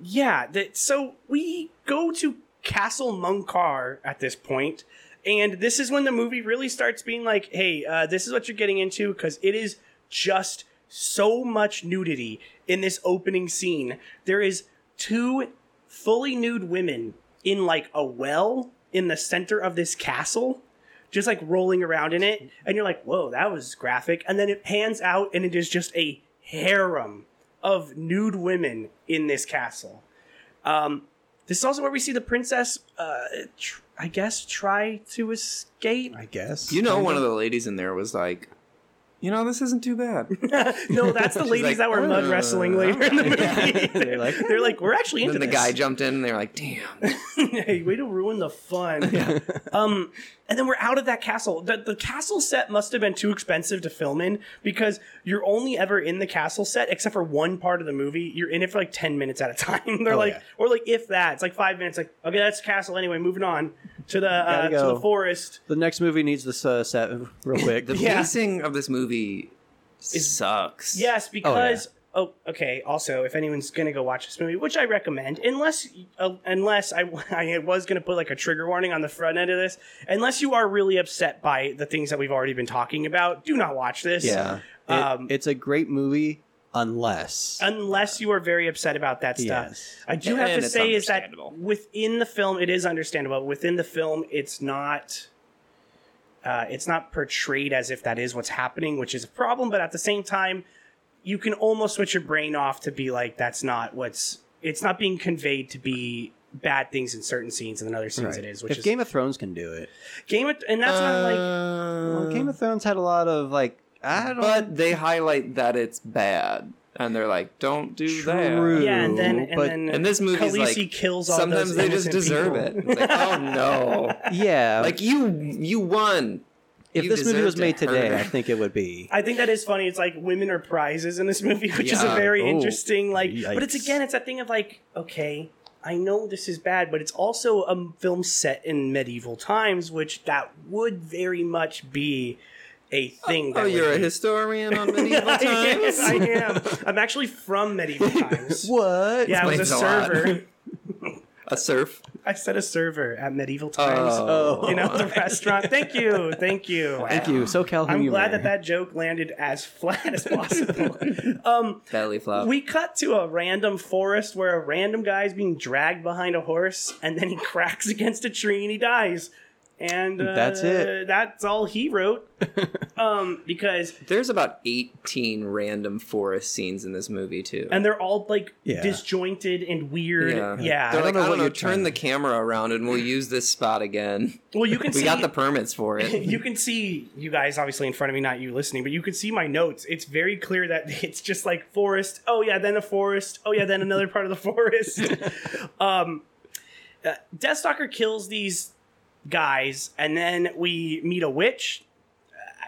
Speaker 1: yeah, that. So we go to Castle Munkar at this point, and this is when the movie really starts being like, "Hey, uh, this is what you're getting into," because it is just so much nudity in this opening scene. There is two fully nude women in like a well in the center of this castle just like rolling around in it, and you're like, "Whoa, that was graphic." And then it pans out, and it is just a harem of nude women in this castle. Um, this is also where we see the princess, uh, tr- I guess, try to escape.
Speaker 7: I guess.
Speaker 8: You know, one of the ladies in there was like, you know, this isn't too bad. And
Speaker 1: No, that's the ladies
Speaker 8: like,
Speaker 1: that were mud
Speaker 8: "Uh,
Speaker 1: wrestling later in the movie. they're, like,
Speaker 7: like,
Speaker 1: they're like, "We're actually into
Speaker 8: then the
Speaker 1: this."
Speaker 8: guy jumped in and they were like, damn.
Speaker 1: hey, way to ruin the fun. um, and then we're out of that castle. The, the castle set must have been too expensive to film in because you're only ever in the castle set except for one part of the movie. You're in it for like ten minutes at a time. They're
Speaker 7: Oh,
Speaker 1: like,
Speaker 7: yeah.
Speaker 1: or like if that, it's like five minutes. Like, okay, that's the castle anyway. Moving on to the uh,
Speaker 7: Gotta
Speaker 1: to the
Speaker 7: go.
Speaker 1: forest.
Speaker 7: The next movie needs this uh, set real quick.
Speaker 8: The
Speaker 1: Yeah.
Speaker 8: pacing of this movie sucks.
Speaker 1: Yes, because oh, okay. Also, if anyone's gonna go watch this movie, which I recommend, unless uh, unless I, I was gonna put like a trigger warning on the front end of this, unless you are really upset by the things that we've already been talking about, do not watch this.
Speaker 7: yeah. It-
Speaker 1: Um,
Speaker 7: it's a great movie unless.
Speaker 1: Unless you are very upset about that stuff.
Speaker 7: Yes.
Speaker 1: I do
Speaker 8: And
Speaker 1: have to
Speaker 8: it's
Speaker 1: say is that
Speaker 8: understandable.
Speaker 1: within the film, it is understandable. Within the film, it's not. Uh, it's not portrayed as if that is what's happening, which is a problem. But at the same time, you can almost switch your brain off to be like, that's not what's. It's not being conveyed to be bad things in certain scenes, and in other scenes
Speaker 7: Right.
Speaker 1: it is. Which
Speaker 7: If
Speaker 1: is
Speaker 7: Game of Thrones can do it.
Speaker 1: Game of, and that's not
Speaker 8: Uh,
Speaker 1: like
Speaker 7: Well, Game of Thrones had a lot of like I don't
Speaker 8: Um, But they highlight that it's bad. And they're like, don't do
Speaker 7: True.
Speaker 8: that.
Speaker 1: yeah, and then and
Speaker 7: but-
Speaker 1: then
Speaker 8: And this movie's
Speaker 1: Khaleesi
Speaker 8: like,
Speaker 1: kills all
Speaker 8: sometimes
Speaker 1: those
Speaker 8: they just
Speaker 1: innocent
Speaker 8: deserve
Speaker 1: people.
Speaker 8: it. It's like, oh no.
Speaker 7: yeah.
Speaker 8: Like you, you won.
Speaker 7: if
Speaker 8: you
Speaker 7: this movie
Speaker 8: deserve
Speaker 7: was
Speaker 8: to
Speaker 7: made today,
Speaker 8: hurt.
Speaker 7: I think it would be.
Speaker 1: I think that is funny. It's like women are prizes in this movie, which is a
Speaker 8: Yeah.
Speaker 1: very
Speaker 7: Oh.
Speaker 1: interesting like. But it's
Speaker 7: Yikes.
Speaker 1: again, it's that thing of like, okay, I know this is bad, but it's also a film set in medieval times, which that would very much be a thing.
Speaker 8: Oh,
Speaker 1: that
Speaker 8: you're a
Speaker 1: would be-
Speaker 8: historian on medieval
Speaker 1: yes,
Speaker 8: times.
Speaker 1: I am. I'm actually from medieval times.
Speaker 7: What?
Speaker 1: Yeah, I was a
Speaker 8: Explains a lot.
Speaker 1: server.
Speaker 8: A surf.
Speaker 1: I said a server at medieval times.
Speaker 8: Oh.
Speaker 1: You know, the restaurant. Thank you. Thank you.
Speaker 7: Thank you, SoCal
Speaker 1: I'm
Speaker 7: humor.
Speaker 1: glad that that joke landed as flat as possible.
Speaker 8: Belly flop.
Speaker 1: Um, We cut to a random forest where a random guy's being dragged behind a horse, and then he cracks against a tree and he dies. And uh,
Speaker 7: That's it.
Speaker 1: That's all he wrote. um, because
Speaker 8: There's about 18 random forest scenes in this movie too.
Speaker 1: and they're all like
Speaker 7: Yeah.
Speaker 1: disjointed and weird. Yeah.
Speaker 8: They're like,
Speaker 7: know
Speaker 8: I
Speaker 7: what
Speaker 8: don't know,
Speaker 7: you're
Speaker 8: turn
Speaker 7: trying
Speaker 8: the
Speaker 7: to-
Speaker 8: camera around and we'll use this spot again.
Speaker 1: well, you can
Speaker 8: We
Speaker 1: see
Speaker 8: got the permits for it.
Speaker 1: you can see you guys obviously in front of me, not you listening, but you can see my notes. It's very clear that it's just like forest. Oh yeah, then a forest. Oh yeah, then another part of the forest. um, uh, Deathstalker kills these guys, and then we meet a witch.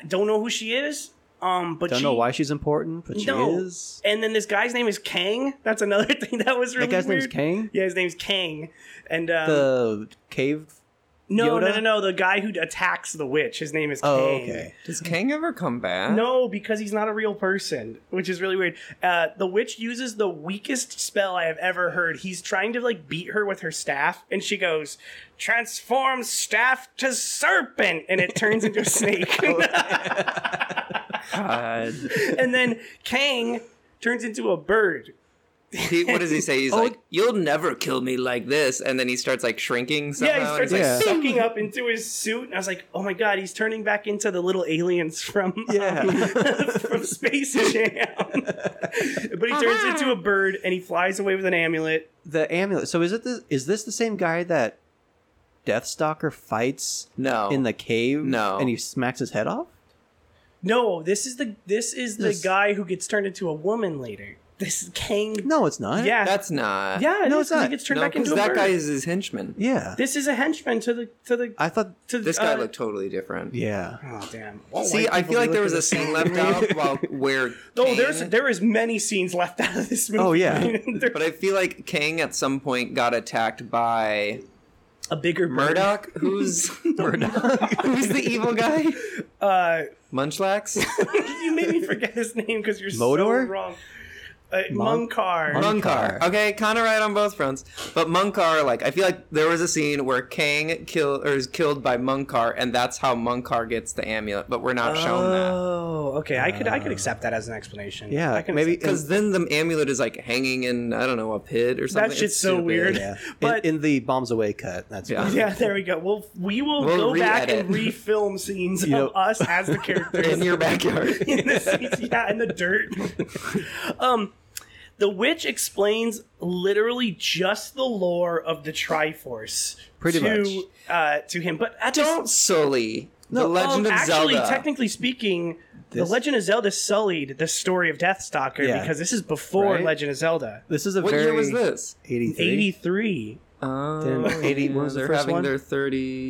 Speaker 1: I don't know who she is. Um, but
Speaker 7: Don't
Speaker 1: she,
Speaker 7: know why she's important, but she
Speaker 1: No.
Speaker 7: is.
Speaker 1: And then this guy's name is Kang. That's another thing that was really
Speaker 7: that guy's
Speaker 1: weird.
Speaker 7: name's Kang.
Speaker 1: Yeah, his name's Kang. And um,
Speaker 7: The cave.
Speaker 1: no, no,
Speaker 7: Yoda?
Speaker 1: no, no, the guy who attacks the witch. His name is
Speaker 7: Oh,
Speaker 1: Kang.
Speaker 7: okay.
Speaker 8: Does Kang ever come back?
Speaker 1: No, because he's not a real person, which is really weird. Uh, the witch uses the weakest spell I have ever heard. He's trying to like beat her with her staff, and she goes, "Transform staff to serpent," and it turns into a snake.
Speaker 8: God.
Speaker 1: and then Kang turns into a bird.
Speaker 8: He, what does he say? He's like, "You'll never kill me like this," and then he starts like shrinking. Somehow,
Speaker 1: Yeah, he starts
Speaker 8: and
Speaker 1: like
Speaker 8: it's
Speaker 7: Yeah.
Speaker 1: sucking up into his suit, and I was like, "Oh my god, he's turning back into the little aliens from um,
Speaker 7: Yeah.
Speaker 1: from Space Jam." but he turns into a bird, and he flies away with an amulet.
Speaker 7: the amulet. So is it this? Is this the same guy that Deathstalker fights
Speaker 8: No.
Speaker 7: in the cave?
Speaker 8: No.
Speaker 7: and he smacks his head off.
Speaker 1: No, this is the this is the
Speaker 7: This-
Speaker 1: guy who gets turned into a woman later. This Kang.
Speaker 7: No, it's not.
Speaker 1: yeah,
Speaker 8: that's not.
Speaker 1: yeah.
Speaker 7: No,
Speaker 1: No,
Speaker 7: it's
Speaker 1: it's He
Speaker 7: not.
Speaker 1: gets turned
Speaker 8: no,
Speaker 1: back into
Speaker 8: because
Speaker 1: a
Speaker 8: that
Speaker 1: bird.
Speaker 8: guy is his henchman.
Speaker 7: yeah.
Speaker 1: this is a henchman to the to the
Speaker 7: I thought.
Speaker 1: to
Speaker 8: This guy
Speaker 1: uh,
Speaker 8: looked totally different.
Speaker 7: Yeah,
Speaker 1: Oh damn! All
Speaker 8: See,
Speaker 1: white
Speaker 8: I
Speaker 1: people
Speaker 8: feel like
Speaker 1: do
Speaker 8: there
Speaker 1: look
Speaker 8: was
Speaker 1: the
Speaker 8: a
Speaker 1: same.
Speaker 8: scene left out while where
Speaker 1: Oh, there's
Speaker 8: Kang-
Speaker 1: there is many scenes left out of this movie.
Speaker 7: Oh, yeah.
Speaker 1: There-
Speaker 8: but I feel like Kang at some point got attacked by
Speaker 1: a bigger bird.
Speaker 8: Murdoch, who's Murdoch, who's the evil guy?
Speaker 1: Uh,
Speaker 8: Munchlax,
Speaker 1: you made me forget his name because you're
Speaker 7: Modor?
Speaker 1: so wrong. Uh,
Speaker 7: Mon-
Speaker 1: Munkar.
Speaker 7: Mon-
Speaker 8: Munkar. Okay, kind of right on both fronts, but Munkar, like I feel like there was a scene where Kang kill or is killed by Munkar, and that's how Munkar gets the amulet, but we're not shown that.
Speaker 1: Oh, okay. I could I could accept that as an explanation.
Speaker 7: yeah.
Speaker 1: I can
Speaker 7: maybe
Speaker 1: accept-
Speaker 8: Because then the amulet is like hanging in I don't know a pit or something.
Speaker 1: that shit's
Speaker 8: It's
Speaker 1: so
Speaker 8: stupid.
Speaker 1: weird.
Speaker 7: yeah.
Speaker 1: But-
Speaker 7: in, in the bombs away cut. That's
Speaker 8: Yeah.
Speaker 7: what-
Speaker 1: Yeah, there we go. We'll we will
Speaker 8: We'll
Speaker 1: go back
Speaker 8: re-edit.
Speaker 1: and refilm scenes
Speaker 7: You know-
Speaker 1: of us as the characters
Speaker 8: in your backyard.
Speaker 1: in the seats, yeah, in the dirt. um, the witch explains literally just the lore of the Triforce,
Speaker 7: Pretty
Speaker 1: to, Uh, to him, but at the-
Speaker 8: Don't sully the Legend
Speaker 1: um,
Speaker 8: of
Speaker 1: actually,
Speaker 8: Zelda.
Speaker 1: technically speaking,
Speaker 7: This-
Speaker 1: the Legend of Zelda sullied the story of Deathstalker
Speaker 7: Yeah.
Speaker 1: because this is before
Speaker 7: Right?
Speaker 1: Legend of Zelda.
Speaker 7: This is a
Speaker 8: what
Speaker 7: very
Speaker 8: year was this?
Speaker 7: 83?
Speaker 1: Eighty-three.
Speaker 8: Oh,
Speaker 7: Then 80 what was the
Speaker 8: they're
Speaker 7: first
Speaker 8: having
Speaker 7: one?
Speaker 8: their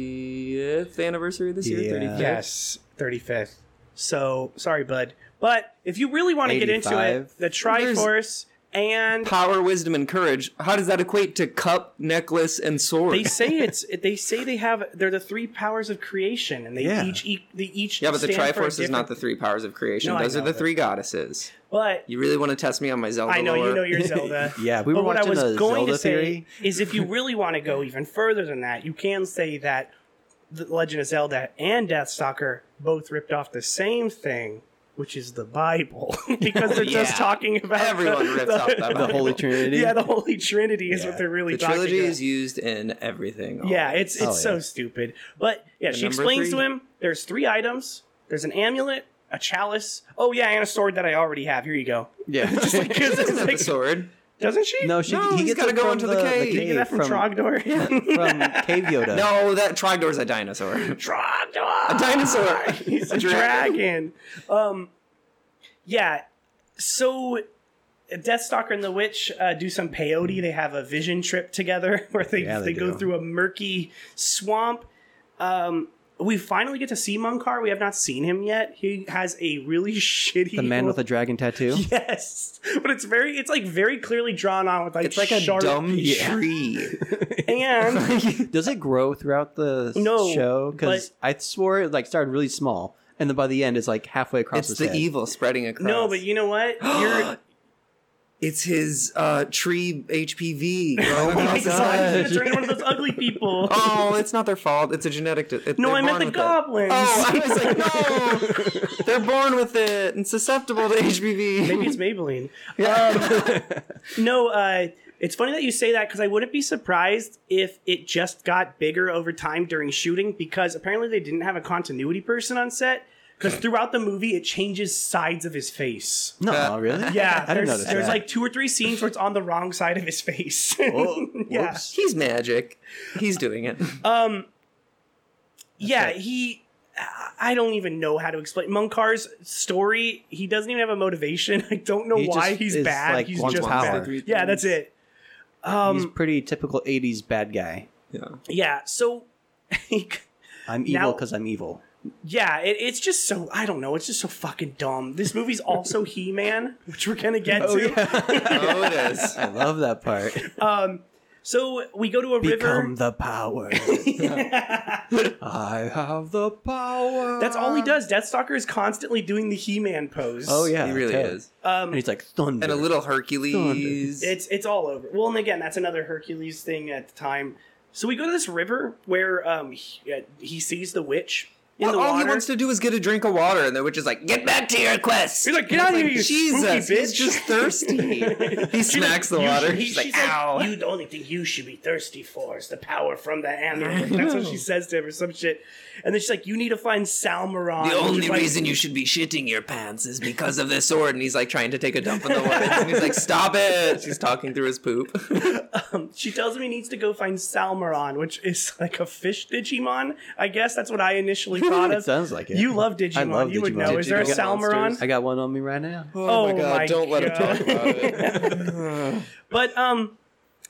Speaker 8: 30th anniversary this year.
Speaker 7: Yeah.
Speaker 8: 35th.
Speaker 1: Yes, 35th. So, sorry, bud. But if you really want to get into it,
Speaker 7: 85.
Speaker 1: the Triforce and
Speaker 8: Power, wisdom, and courage. How does that equate to cup, necklace, and sword?
Speaker 1: they say it's they say they have they're the three powers of creation and they
Speaker 7: Yeah.
Speaker 1: each each they each
Speaker 8: yeah, but the
Speaker 1: stand for a
Speaker 8: Triforce is not the
Speaker 1: different-
Speaker 8: three powers of creation.
Speaker 1: No, I
Speaker 8: Those are
Speaker 1: know,
Speaker 8: the
Speaker 1: but-
Speaker 8: three goddesses.
Speaker 1: but
Speaker 8: You really want to test me on my Zelda?
Speaker 1: I know
Speaker 8: lore?
Speaker 1: you know your Zelda.
Speaker 7: Yeah, we
Speaker 1: but
Speaker 7: were
Speaker 1: what I
Speaker 7: watching
Speaker 1: was
Speaker 7: a
Speaker 1: going
Speaker 7: Zelda
Speaker 1: to say
Speaker 7: theory.
Speaker 1: is if you really want to go even further than that, you can say that the Legend of Zelda and Deathstalker both ripped off the same thing, which is the Bible, because they're just
Speaker 8: Yeah.
Speaker 1: talking about the-
Speaker 8: Everyone rips off that
Speaker 7: the
Speaker 8: Bible.
Speaker 7: Holy Trinity.
Speaker 1: Yeah, the Holy Trinity is
Speaker 7: Yeah.
Speaker 1: what they're really
Speaker 8: The
Speaker 1: talking
Speaker 8: trilogy
Speaker 1: about.
Speaker 8: is used in everything.
Speaker 1: yeah, it's it's
Speaker 7: Oh,
Speaker 1: so
Speaker 7: yeah.
Speaker 1: stupid. But yeah,
Speaker 8: And
Speaker 1: she
Speaker 8: number
Speaker 1: explains
Speaker 8: three.
Speaker 1: to him there's three items. There's an amulet, a chalice. Oh yeah, and a sword that I already have. Here you go.
Speaker 7: yeah.
Speaker 1: Just like, gives it-
Speaker 8: doesn't have
Speaker 1: like-
Speaker 8: the sword.
Speaker 1: doesn't she?
Speaker 7: no, she,
Speaker 8: No,
Speaker 7: he
Speaker 8: he's
Speaker 7: gets
Speaker 8: gotta
Speaker 7: it
Speaker 8: go
Speaker 7: from
Speaker 8: into the cave. Did
Speaker 1: You get that from, Trogdor.
Speaker 7: from Cave Yoda.
Speaker 8: No, that Trogdor's a dinosaur.
Speaker 1: Trogdor.
Speaker 8: a dinosaur.
Speaker 1: He's a dragon. Um, yeah. So, Deathstalker and the Witch uh, do some peyote. They have a vision trip together where they,
Speaker 7: Yeah,
Speaker 1: they,
Speaker 7: they
Speaker 1: go
Speaker 7: do.
Speaker 1: through a murky swamp. Um, we finally get to see Munkar. We have not seen him yet. He has a really shitty.
Speaker 7: The man with a dragon tattoo.
Speaker 1: Yes, but it's very, it's like very clearly drawn on with like
Speaker 8: It's like a
Speaker 1: sharp-
Speaker 8: dumb tree.
Speaker 1: and
Speaker 7: Does it grow throughout the
Speaker 1: No,
Speaker 7: show? Because I swore it like started really small, and then by the end, it's like halfway across
Speaker 8: It's
Speaker 7: his
Speaker 8: the
Speaker 7: head.
Speaker 8: evil spreading across.
Speaker 1: no, but you know what? You're
Speaker 8: It's his uh, tree HPV. Oh
Speaker 1: I
Speaker 8: my
Speaker 1: saw it.
Speaker 8: god!
Speaker 1: It's turning one of those ugly people.
Speaker 8: Oh, it's not their fault. It's a genetic. di- it-
Speaker 1: no,
Speaker 8: they're
Speaker 1: I meant
Speaker 8: born
Speaker 1: the
Speaker 8: with it.
Speaker 1: goblins.
Speaker 8: Oh, I was like, no, they're born with it and susceptible to HPV.
Speaker 1: Maybe it's Maybelline. Um,
Speaker 8: Yeah.
Speaker 1: No, uh, it's funny that you say that because I wouldn't be surprised if it just got bigger over time during shooting because apparently they didn't have a continuity person on set because throughout the movie it changes sides of his face.
Speaker 7: No, really?
Speaker 1: Uh, Yeah,
Speaker 7: I didn't
Speaker 1: there's,
Speaker 7: notice
Speaker 1: there's
Speaker 7: that.
Speaker 1: like two or three scenes where it's on the wrong side of his face.
Speaker 7: Oh,
Speaker 1: yeah. Uh,
Speaker 7: whoops.
Speaker 8: He's magic. He's doing it.
Speaker 1: yeah, he. I- I don't even know how to explain Munkar's story. He doesn't even have a motivation. I don't know
Speaker 7: He
Speaker 1: why
Speaker 7: just
Speaker 1: he's
Speaker 7: is,
Speaker 1: bad.
Speaker 7: like,
Speaker 1: he's
Speaker 7: wants
Speaker 1: just
Speaker 7: power.
Speaker 1: bad. Yeah, that's it.
Speaker 7: He's
Speaker 1: um,
Speaker 7: pretty typical '80s bad guy.
Speaker 1: Yeah, so
Speaker 7: I'm evil
Speaker 1: Now-
Speaker 7: because I'm evil.
Speaker 1: yeah, it, it's just so I don't know. It's just so fucking dumb. This movie's also He Man, which we're gonna get to.
Speaker 8: Oh, it is.
Speaker 7: I love that part.
Speaker 1: So we go to a
Speaker 7: Become
Speaker 1: river.
Speaker 7: the power. I have the power.
Speaker 1: That's all he does. Deathstalker is constantly doing the He Man pose.
Speaker 7: Oh yeah,
Speaker 8: He really
Speaker 7: totally.
Speaker 8: is.
Speaker 7: and he's like thunder.
Speaker 8: And a little Hercules.
Speaker 1: It's it's all over. Well, and again, that's another Hercules thing at the time. So we go to this river where um he, uh, he sees the witch in
Speaker 8: Well,
Speaker 1: the
Speaker 8: all
Speaker 1: water.
Speaker 8: Oh, he wants to do is get a drink of water, and they're just like, "Get back to your quest."
Speaker 1: He's like, "Get out of here, you spooky
Speaker 8: He's
Speaker 1: bitch."
Speaker 8: just thirsty. he smacks the
Speaker 1: You
Speaker 8: water.
Speaker 1: should- he-
Speaker 8: He's like,
Speaker 1: she's like,
Speaker 8: "Ow!"
Speaker 1: You, the only thing you should be thirsty for is the power from the amulet. That's what she says to him or some shit. And then she's like, you need to find Salmaron.
Speaker 8: the
Speaker 1: which
Speaker 8: only
Speaker 1: is like-
Speaker 8: reason you should be shitting your pants is because of this sword. And he's like trying to take a dump in the water. And he's like, stop it. She's talking through his poop.
Speaker 1: She tells him he needs to go find Salmaron, which is like a fish Digimon. I guess that's what I initially thought of.
Speaker 7: It sounds like it.
Speaker 1: You love Digimon.
Speaker 7: I love
Speaker 1: you would
Speaker 7: Digimon.
Speaker 1: know. Is there a
Speaker 8: Digital
Speaker 1: Salmaron?
Speaker 8: monsters.
Speaker 7: I got one on me right now.
Speaker 1: Oh my God, my
Speaker 8: Don't let him
Speaker 1: God.
Speaker 8: talk about it.
Speaker 1: But um,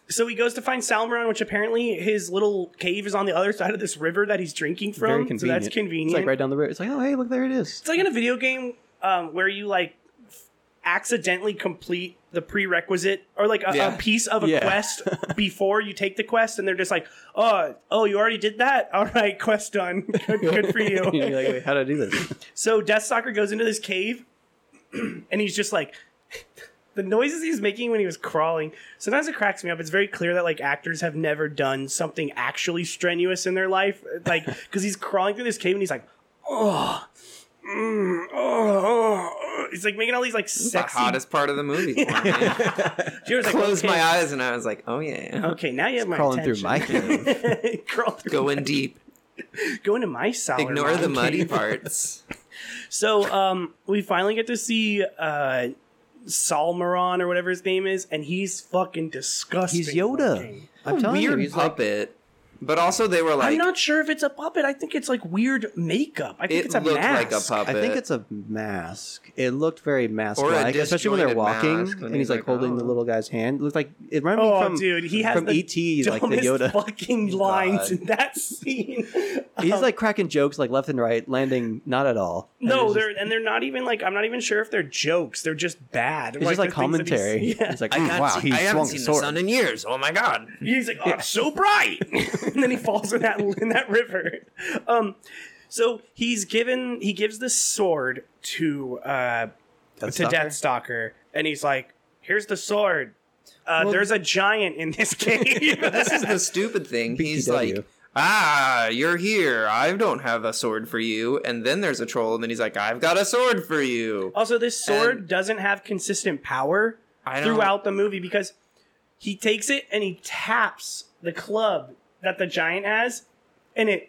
Speaker 1: so he goes to find Salmaron, which apparently his little cave is on the other side of this river that he's drinking from.
Speaker 7: Very convenient.
Speaker 1: So that's convenient.
Speaker 7: It's like right down the road. It's like, oh hey, look there it is.
Speaker 1: It's like in a video game um, where you like f- accidentally complete the prerequisite or like a,
Speaker 8: Yeah.
Speaker 1: a piece of a
Speaker 7: Yeah.
Speaker 1: quest before you take the quest, and they're just like, "Oh, oh, you already did that. All right, quest done. Good, good for
Speaker 7: You're
Speaker 1: you."
Speaker 7: like, wait, how did I do this?
Speaker 1: so Death Stalker goes into this cave, and he's just like. The noises he's making when he was crawling sometimes it cracks me up. It's very clear that like actors have never done something actually strenuous in their life, like because he's crawling through this cave and he's like, oh, mm, oh, oh. he's like making all these like
Speaker 8: the
Speaker 1: sexy.
Speaker 8: hottest part of the movie.
Speaker 1: She was like,
Speaker 8: Closed
Speaker 1: okay,
Speaker 8: my eyes and I was like, oh yeah.
Speaker 1: Okay, now you have my
Speaker 7: Crawling through
Speaker 1: attention.
Speaker 7: my cave.
Speaker 1: Crawl through,
Speaker 8: Go in deep.
Speaker 1: go into my cellar.
Speaker 8: Ignore the
Speaker 1: Ron.
Speaker 8: muddy parts.
Speaker 1: So um, we finally get to see uh, Salmaron or whatever his name is, and he's fucking disgusting.
Speaker 7: He's Yoda.
Speaker 1: looking.
Speaker 7: I'm telling you,
Speaker 8: Weird
Speaker 7: he's like,
Speaker 8: puppet. But also they were like,
Speaker 1: I'm not sure if it's a puppet. I think it's like weird makeup. I think
Speaker 8: it
Speaker 1: it's a
Speaker 8: looked
Speaker 1: mask.
Speaker 8: like a puppet.
Speaker 7: I think it's a mask. It looked very mask-like,
Speaker 8: Or a
Speaker 7: especially when they're
Speaker 8: disjointed
Speaker 7: walking
Speaker 8: mask when
Speaker 7: and he's like, holding
Speaker 8: oh.
Speaker 7: the little guy's hand. It looked like it reminded
Speaker 1: Oh,
Speaker 7: me from
Speaker 1: dude, he has
Speaker 7: from
Speaker 1: the
Speaker 7: ET, like the
Speaker 1: dumbest
Speaker 7: Yoda.
Speaker 1: fucking lines
Speaker 8: God.
Speaker 1: in that scene.
Speaker 7: He's like cracking jokes like left and right, landing not at all. And
Speaker 1: no,
Speaker 7: it's just-
Speaker 1: they're and they're not even like I'm not even sure if they're jokes. They're just bad.
Speaker 7: it's just like
Speaker 1: the things that he's-
Speaker 7: commentary.
Speaker 1: Yeah.
Speaker 7: It's like, "Mm, wow, he swung a sword.
Speaker 8: in years. Oh my god.
Speaker 1: He's like, oh, it's so bright, and then he falls in that in that river. Um, so he's given he gives this sword to uh to
Speaker 7: Stalker?
Speaker 1: Deathstalker, and he's like, here's the sword. Uh, there's a giant in this cave.
Speaker 8: This is the stupid thing. He's
Speaker 7: BTW.
Speaker 8: like, ah, you're here. I don't have a sword for you. And then there's a troll, and then he's like, I've got a sword for you.
Speaker 1: Also, this sword
Speaker 8: And-
Speaker 1: doesn't have consistent power
Speaker 8: I don't-
Speaker 1: throughout the movie because he takes it and he taps the club that the giant has, and it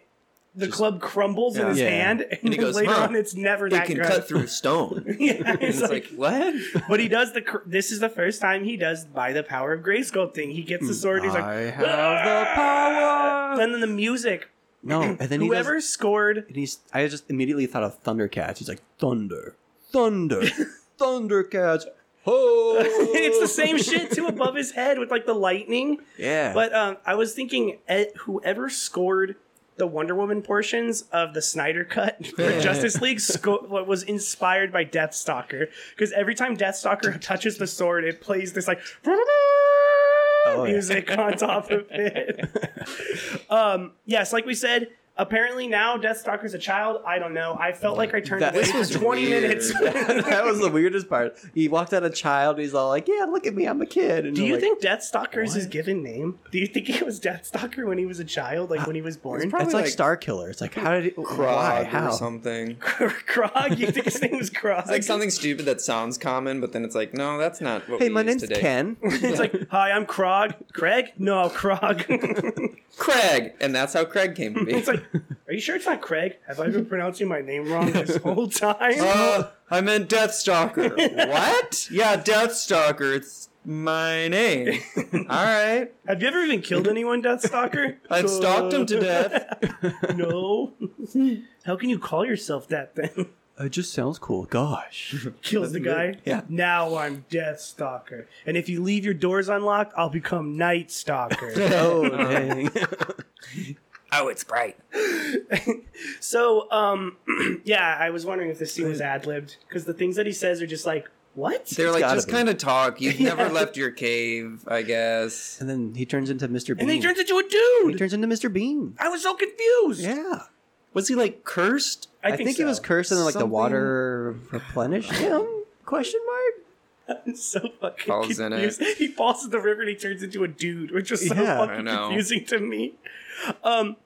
Speaker 1: the club crumbles in his
Speaker 7: Yeah.
Speaker 1: hand, and,
Speaker 8: And he
Speaker 1: then
Speaker 8: goes,
Speaker 1: later
Speaker 8: "Huh,
Speaker 1: on it's never
Speaker 8: It
Speaker 1: that
Speaker 8: can
Speaker 1: good.
Speaker 8: cut through stone.
Speaker 1: yeah, it's
Speaker 8: It's like,
Speaker 1: like,
Speaker 8: what?
Speaker 1: but he does the. Cr- this is the first time he does by the power of Grayskull thing. He gets the sword. He's
Speaker 7: I
Speaker 1: like,
Speaker 7: have the
Speaker 1: "Ah!"
Speaker 7: power.
Speaker 1: and then the music.
Speaker 7: No, and then he does-
Speaker 1: Whoever scored
Speaker 7: And he's, I just immediately thought of Thundercats. He's like, Thunder, Thunder, Thundercats. Ho!
Speaker 1: it's the same shit too above his head with like the lightning.
Speaker 7: Yeah.
Speaker 1: But um, I was thinking, eh, whoever scored the Wonder Woman portions of the Snyder Cut for Justice League sco- what was inspired by Deathstalker because every time Deathstalker touches the sword, it plays this like
Speaker 7: Oh, yeah.
Speaker 1: music on top of it. um, yes, like we said. Apparently now Deathstalker's a child. I don't know. I felt like I turned
Speaker 7: That-
Speaker 1: away
Speaker 7: this
Speaker 1: for
Speaker 7: was
Speaker 1: 20
Speaker 8: weird.
Speaker 1: minutes.
Speaker 7: that was the weirdest part. He walked out a child. He's all like, "Yeah, look at me, I'm a kid." And
Speaker 1: Do
Speaker 7: you're
Speaker 1: you
Speaker 7: like,
Speaker 1: think Deathstalker is his given name? Do you think it was Deathstalker when he was a child, like when he was born?
Speaker 7: Uh, it's like,
Speaker 8: like,
Speaker 7: Star Killer? It's like, how did he? Why?
Speaker 8: Frog or
Speaker 7: How?
Speaker 8: something.
Speaker 1: Krog. You think his name was Krog?
Speaker 8: It's like something stupid that sounds common, but then it's like, no, that's not what
Speaker 7: Hey,
Speaker 8: we
Speaker 7: my
Speaker 8: use
Speaker 7: name's
Speaker 8: today.
Speaker 7: Ken.
Speaker 1: It's like, hi, I'm Krog. Craig? No, Krog.
Speaker 8: Craig. And that's how Craig came to be.
Speaker 1: it's like, are you sure it's not Craig? Have I been pronouncing my name wrong this whole time?
Speaker 8: Uh, I meant Deathstalker. what? Yeah, Deathstalker. It's my name. All right.
Speaker 1: Have you ever even killed anyone, Deathstalker?
Speaker 8: I've stalked him to death.
Speaker 1: No. How can you call yourself that then?
Speaker 7: It just sounds cool. Gosh.
Speaker 1: Kills the guy.
Speaker 7: Yeah.
Speaker 1: Now I'm Deathstalker, and if you leave your doors unlocked, I'll become Night Stalker.
Speaker 7: Oh dang.
Speaker 8: Oh, it's bright.
Speaker 1: So, um, yeah, I was wondering if this scene was ad libbed because the things that he says are just like, what?
Speaker 8: They're like,
Speaker 7: gotta
Speaker 8: just
Speaker 7: be.
Speaker 8: kind of talk. You've never left your cave, I guess.
Speaker 7: and then he turns into Mr. Bean.
Speaker 1: and then he turns into a
Speaker 7: He
Speaker 1: dude.
Speaker 7: turns into Mr. Bean.
Speaker 1: I was so confused.
Speaker 7: Yeah.
Speaker 8: Was he like cursed?
Speaker 1: I,
Speaker 7: I
Speaker 1: think,
Speaker 7: think, he was
Speaker 1: so.
Speaker 7: cursed, and then like the
Speaker 8: Something-
Speaker 7: water replenished him? Question mark.
Speaker 1: Uh, It's so fucking
Speaker 8: Falls in
Speaker 1: confused. He falls in the river and he turns into a dude, which was so
Speaker 7: Yeah, I
Speaker 1: fucking
Speaker 8: know.
Speaker 1: confusing to me. Um,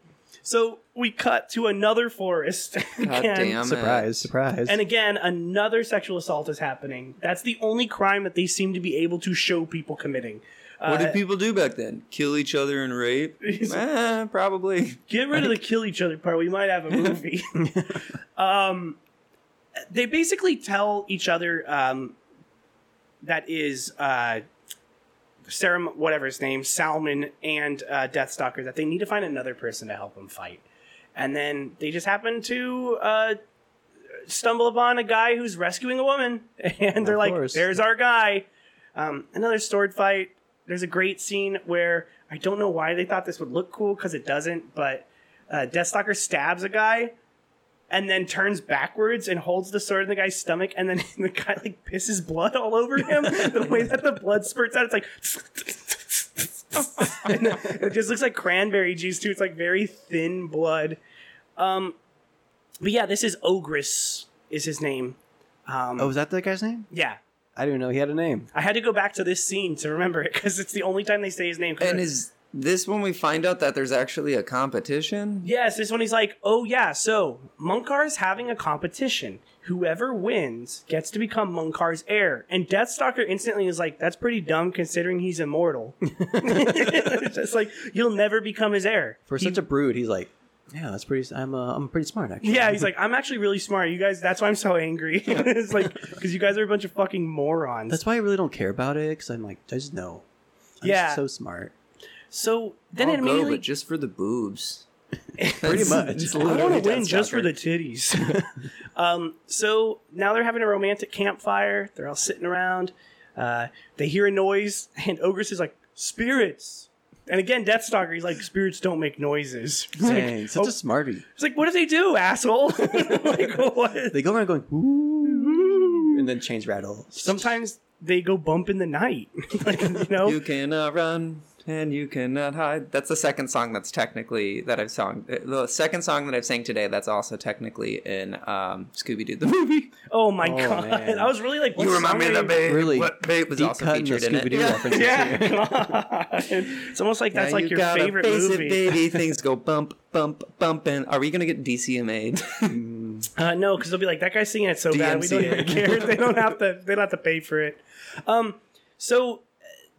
Speaker 1: So we cut to another forest.
Speaker 8: God
Speaker 1: again.
Speaker 8: damn it.
Speaker 7: Surprise, surprise.
Speaker 1: And again, another sexual assault is happening. That's the only crime that they seem to be able to show people committing.
Speaker 8: What did people do back then? Kill each other and rape? Eh, probably.
Speaker 1: Get rid of the kill each other part. We might have a movie. um, they basically tell each other um, that is uh, Sarum, whatever his name, Salmon and uh, Deathstalker, that they need to find another person to help them fight. And then they just happen to uh, stumble upon a guy who's rescuing a woman, and they're like,
Speaker 7: course.
Speaker 1: "There's our guy." Um, another sword fight. There's a great scene where I don't know why they thought this would look cool because it doesn't, but uh, Deathstalker stabs a guy and then turns backwards and holds the sword in the guy's stomach, and then the guy like pisses blood all over him. the way that the blood spurts out, it's like, and it just looks like cranberry juice too. It's like very thin blood. Um, but yeah, this is Ogris is his name.
Speaker 7: oh, was that the guy's name?
Speaker 1: Yeah,
Speaker 7: I didn't know he had a name.
Speaker 1: I had to go back to this scene to remember it because it's the only time they say his name. 'Cause
Speaker 8: And
Speaker 1: I-
Speaker 8: is this when we find out that there's actually a competition?
Speaker 1: Yes, this one he's like, oh yeah, so Munkar is having a competition. Whoever wins gets to become Munkar's heir. And Deathstalker instantly is like, that's pretty dumb considering he's immortal. it's just like, you'll never become his heir.
Speaker 7: For such a brood, he's like, yeah, that's pretty. I'm uh, I'm pretty smart actually.
Speaker 1: Yeah, he's like, I'm actually really smart. You guys, that's why I'm so angry. it's like, because you guys are a bunch of fucking morons.
Speaker 7: That's why I really don't care about it because I'm like, I just know. I'm
Speaker 1: Yeah.
Speaker 7: so smart.
Speaker 1: so then
Speaker 8: I'll
Speaker 1: it
Speaker 8: go,
Speaker 1: immediately.
Speaker 8: but just for the boobs. Pretty
Speaker 7: much.
Speaker 1: I want to win just for the titties. um, so now they're having a romantic campfire. They're all sitting around. Uh, they hear a noise, and Ogres is like, "Spirits." And again, Deathstalker, he's like, "Spirits don't make noises." It's like,
Speaker 7: Dang, such
Speaker 1: oh-
Speaker 7: a smarty.
Speaker 1: it's like, what do they do, asshole? like, what?
Speaker 7: They go around going, Ooh, and then chains rattle.
Speaker 1: Sometimes they go bump in the night. like, you know,
Speaker 8: You cannot run and you cannot hide. That's the second song that's technically that I've sung. Uh, The second song that I've sang today that's also technically in um, Scooby Doo the movie.
Speaker 1: oh my god,
Speaker 7: man.
Speaker 1: I was really like, what
Speaker 8: you remind me
Speaker 1: song
Speaker 8: of
Speaker 1: are
Speaker 8: the
Speaker 1: you-
Speaker 8: babe.
Speaker 7: Really
Speaker 8: what babe was
Speaker 7: deep
Speaker 8: also
Speaker 7: cut in the
Speaker 8: featured in it.
Speaker 7: Scooby Doo references.
Speaker 1: Yeah, God. it's almost like that's
Speaker 8: Now
Speaker 1: like
Speaker 8: you
Speaker 1: your
Speaker 8: gotta
Speaker 1: favorite
Speaker 8: face it,
Speaker 1: movie.
Speaker 8: baby. Things go bump, bump, bumping. Are we gonna get DCMA'd?
Speaker 1: Uh, no, because they'll be like, that guy's singing it so bad, we don't
Speaker 8: DMCA.
Speaker 1: even care. they don't have to. They don't have to pay for it. Um, so uh,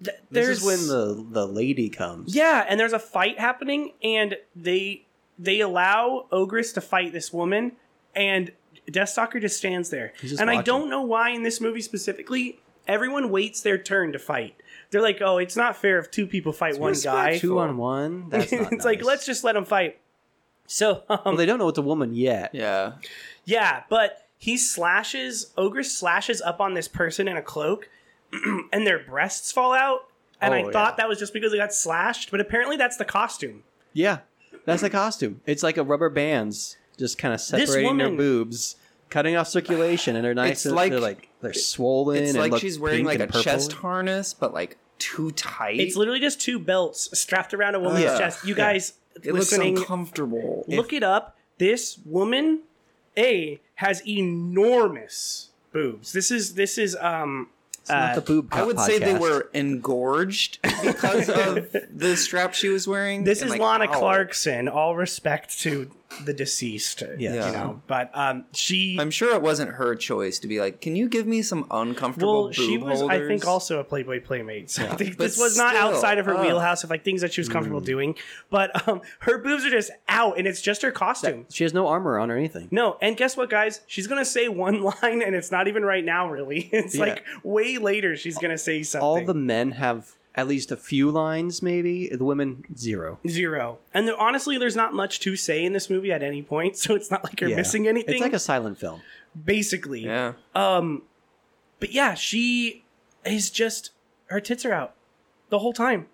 Speaker 1: th-
Speaker 7: This
Speaker 1: there's
Speaker 7: is when the the lady comes.
Speaker 1: yeah, and there's a fight happening, and they they allow Ogris to fight this woman, and Deathstalker just stands there.
Speaker 7: just
Speaker 1: and I
Speaker 7: watching.
Speaker 1: don't know why in this movie specifically, everyone waits their turn to fight. They're like, oh, it's not fair if two people fight one guy.
Speaker 7: two on one. That's not
Speaker 1: it's like
Speaker 7: nice.
Speaker 1: let's just let them fight. So um,
Speaker 7: Well, they don't know it's a woman yet.
Speaker 8: yeah.
Speaker 1: Yeah, but he slashes ogre slashes up on this person in a cloak, and their breasts fall out. And
Speaker 7: Oh,
Speaker 1: I
Speaker 7: yeah.
Speaker 1: thought that was just because they got slashed, but apparently that's the costume.
Speaker 7: Yeah, that's the costume. It's like a rubber bands, just kind of
Speaker 1: This
Speaker 7: separating their
Speaker 1: woman-
Speaker 7: boobs, cutting off circulation, and they're nice.
Speaker 8: It's
Speaker 7: and
Speaker 8: like-
Speaker 7: they're like they're swollen.
Speaker 8: It's
Speaker 7: and
Speaker 8: like
Speaker 7: look
Speaker 8: she's wearing
Speaker 7: pink
Speaker 8: like
Speaker 7: and
Speaker 8: a
Speaker 7: purple.
Speaker 8: chest harness, but like too tight.
Speaker 1: It's literally just two belts strapped around a woman's
Speaker 8: Oh, Yeah.
Speaker 1: chest. You guys
Speaker 8: it looks
Speaker 1: listening,
Speaker 8: uncomfortable.
Speaker 1: look it up. This woman, a has enormous boobs. This is this is um.
Speaker 7: It's not the boob.
Speaker 8: I would
Speaker 7: podcast.
Speaker 8: say they were engorged because of the strap she was wearing.
Speaker 1: This
Speaker 8: and,
Speaker 1: is
Speaker 8: like,
Speaker 1: Lana
Speaker 8: ow.
Speaker 1: Clarkson. All respect to the deceased,
Speaker 7: Yes.
Speaker 1: you know, but um, she
Speaker 8: I'm sure it wasn't her choice to be like, "Can you give me some uncomfortable?"
Speaker 1: Well, she
Speaker 8: boob
Speaker 1: was, I think,
Speaker 8: holders?"
Speaker 1: also a Playboy Playmate. So I think
Speaker 8: But
Speaker 1: this was not
Speaker 8: still,
Speaker 1: outside of her
Speaker 8: uh,
Speaker 1: wheelhouse of like things that she was
Speaker 7: Hmm.
Speaker 1: comfortable doing. But um, her boobs are just out, and it's just her costume.
Speaker 7: She has no armor on or anything.
Speaker 1: no, and guess what, guys? She's gonna say one line, and it's not even right now. Really, it's
Speaker 7: Yeah.
Speaker 1: like way later. She's gonna say something.
Speaker 7: All the men have at least a few lines, maybe. The women zero.
Speaker 1: zero, and there, honestly, there's not much to say in this movie at any point. So it's not like you're
Speaker 7: Yeah.
Speaker 1: missing anything.
Speaker 7: It's like a silent film.
Speaker 1: basically,
Speaker 8: Yeah.
Speaker 1: but yeah, she is just her tits are out the whole time,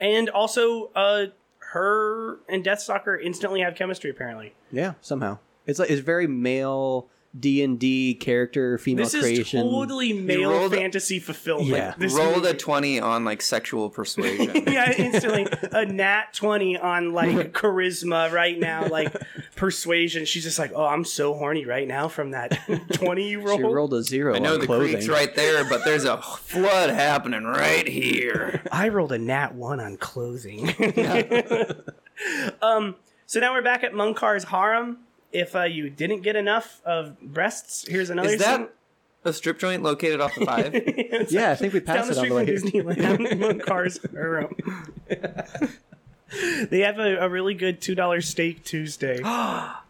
Speaker 1: and also uh, her and Deathstalker instantly have chemistry. Apparently,
Speaker 7: Yeah, somehow it's like it's very male D and D character female
Speaker 1: this
Speaker 7: creation.
Speaker 1: is totally male
Speaker 8: rolled-
Speaker 1: fantasy fulfillment.
Speaker 7: Yeah.
Speaker 1: this
Speaker 8: Rolled
Speaker 1: movie-
Speaker 8: a twenty on like sexual persuasion.
Speaker 1: yeah, instantly a nat twenty on like charisma right now, like persuasion. She's just like, oh, I'm so horny right now from that twenty you rolled.
Speaker 7: She rolled a zero.
Speaker 8: I know
Speaker 7: on
Speaker 8: the
Speaker 7: clothing.
Speaker 8: creek's right there, but there's a flood happening right here.
Speaker 1: I rolled a nat one on clothing. um, So now we're back at Munkar's harem. If uh, you didn't get enough of breasts, here's another.
Speaker 8: Is that a strip joint located off the five?
Speaker 7: Yeah, I think we
Speaker 1: down
Speaker 7: passed
Speaker 1: the
Speaker 7: it on
Speaker 1: street
Speaker 7: the
Speaker 1: from
Speaker 7: way.
Speaker 1: Disneyland, Munkar's harem. they have a, a really good two dollar steak Tuesday.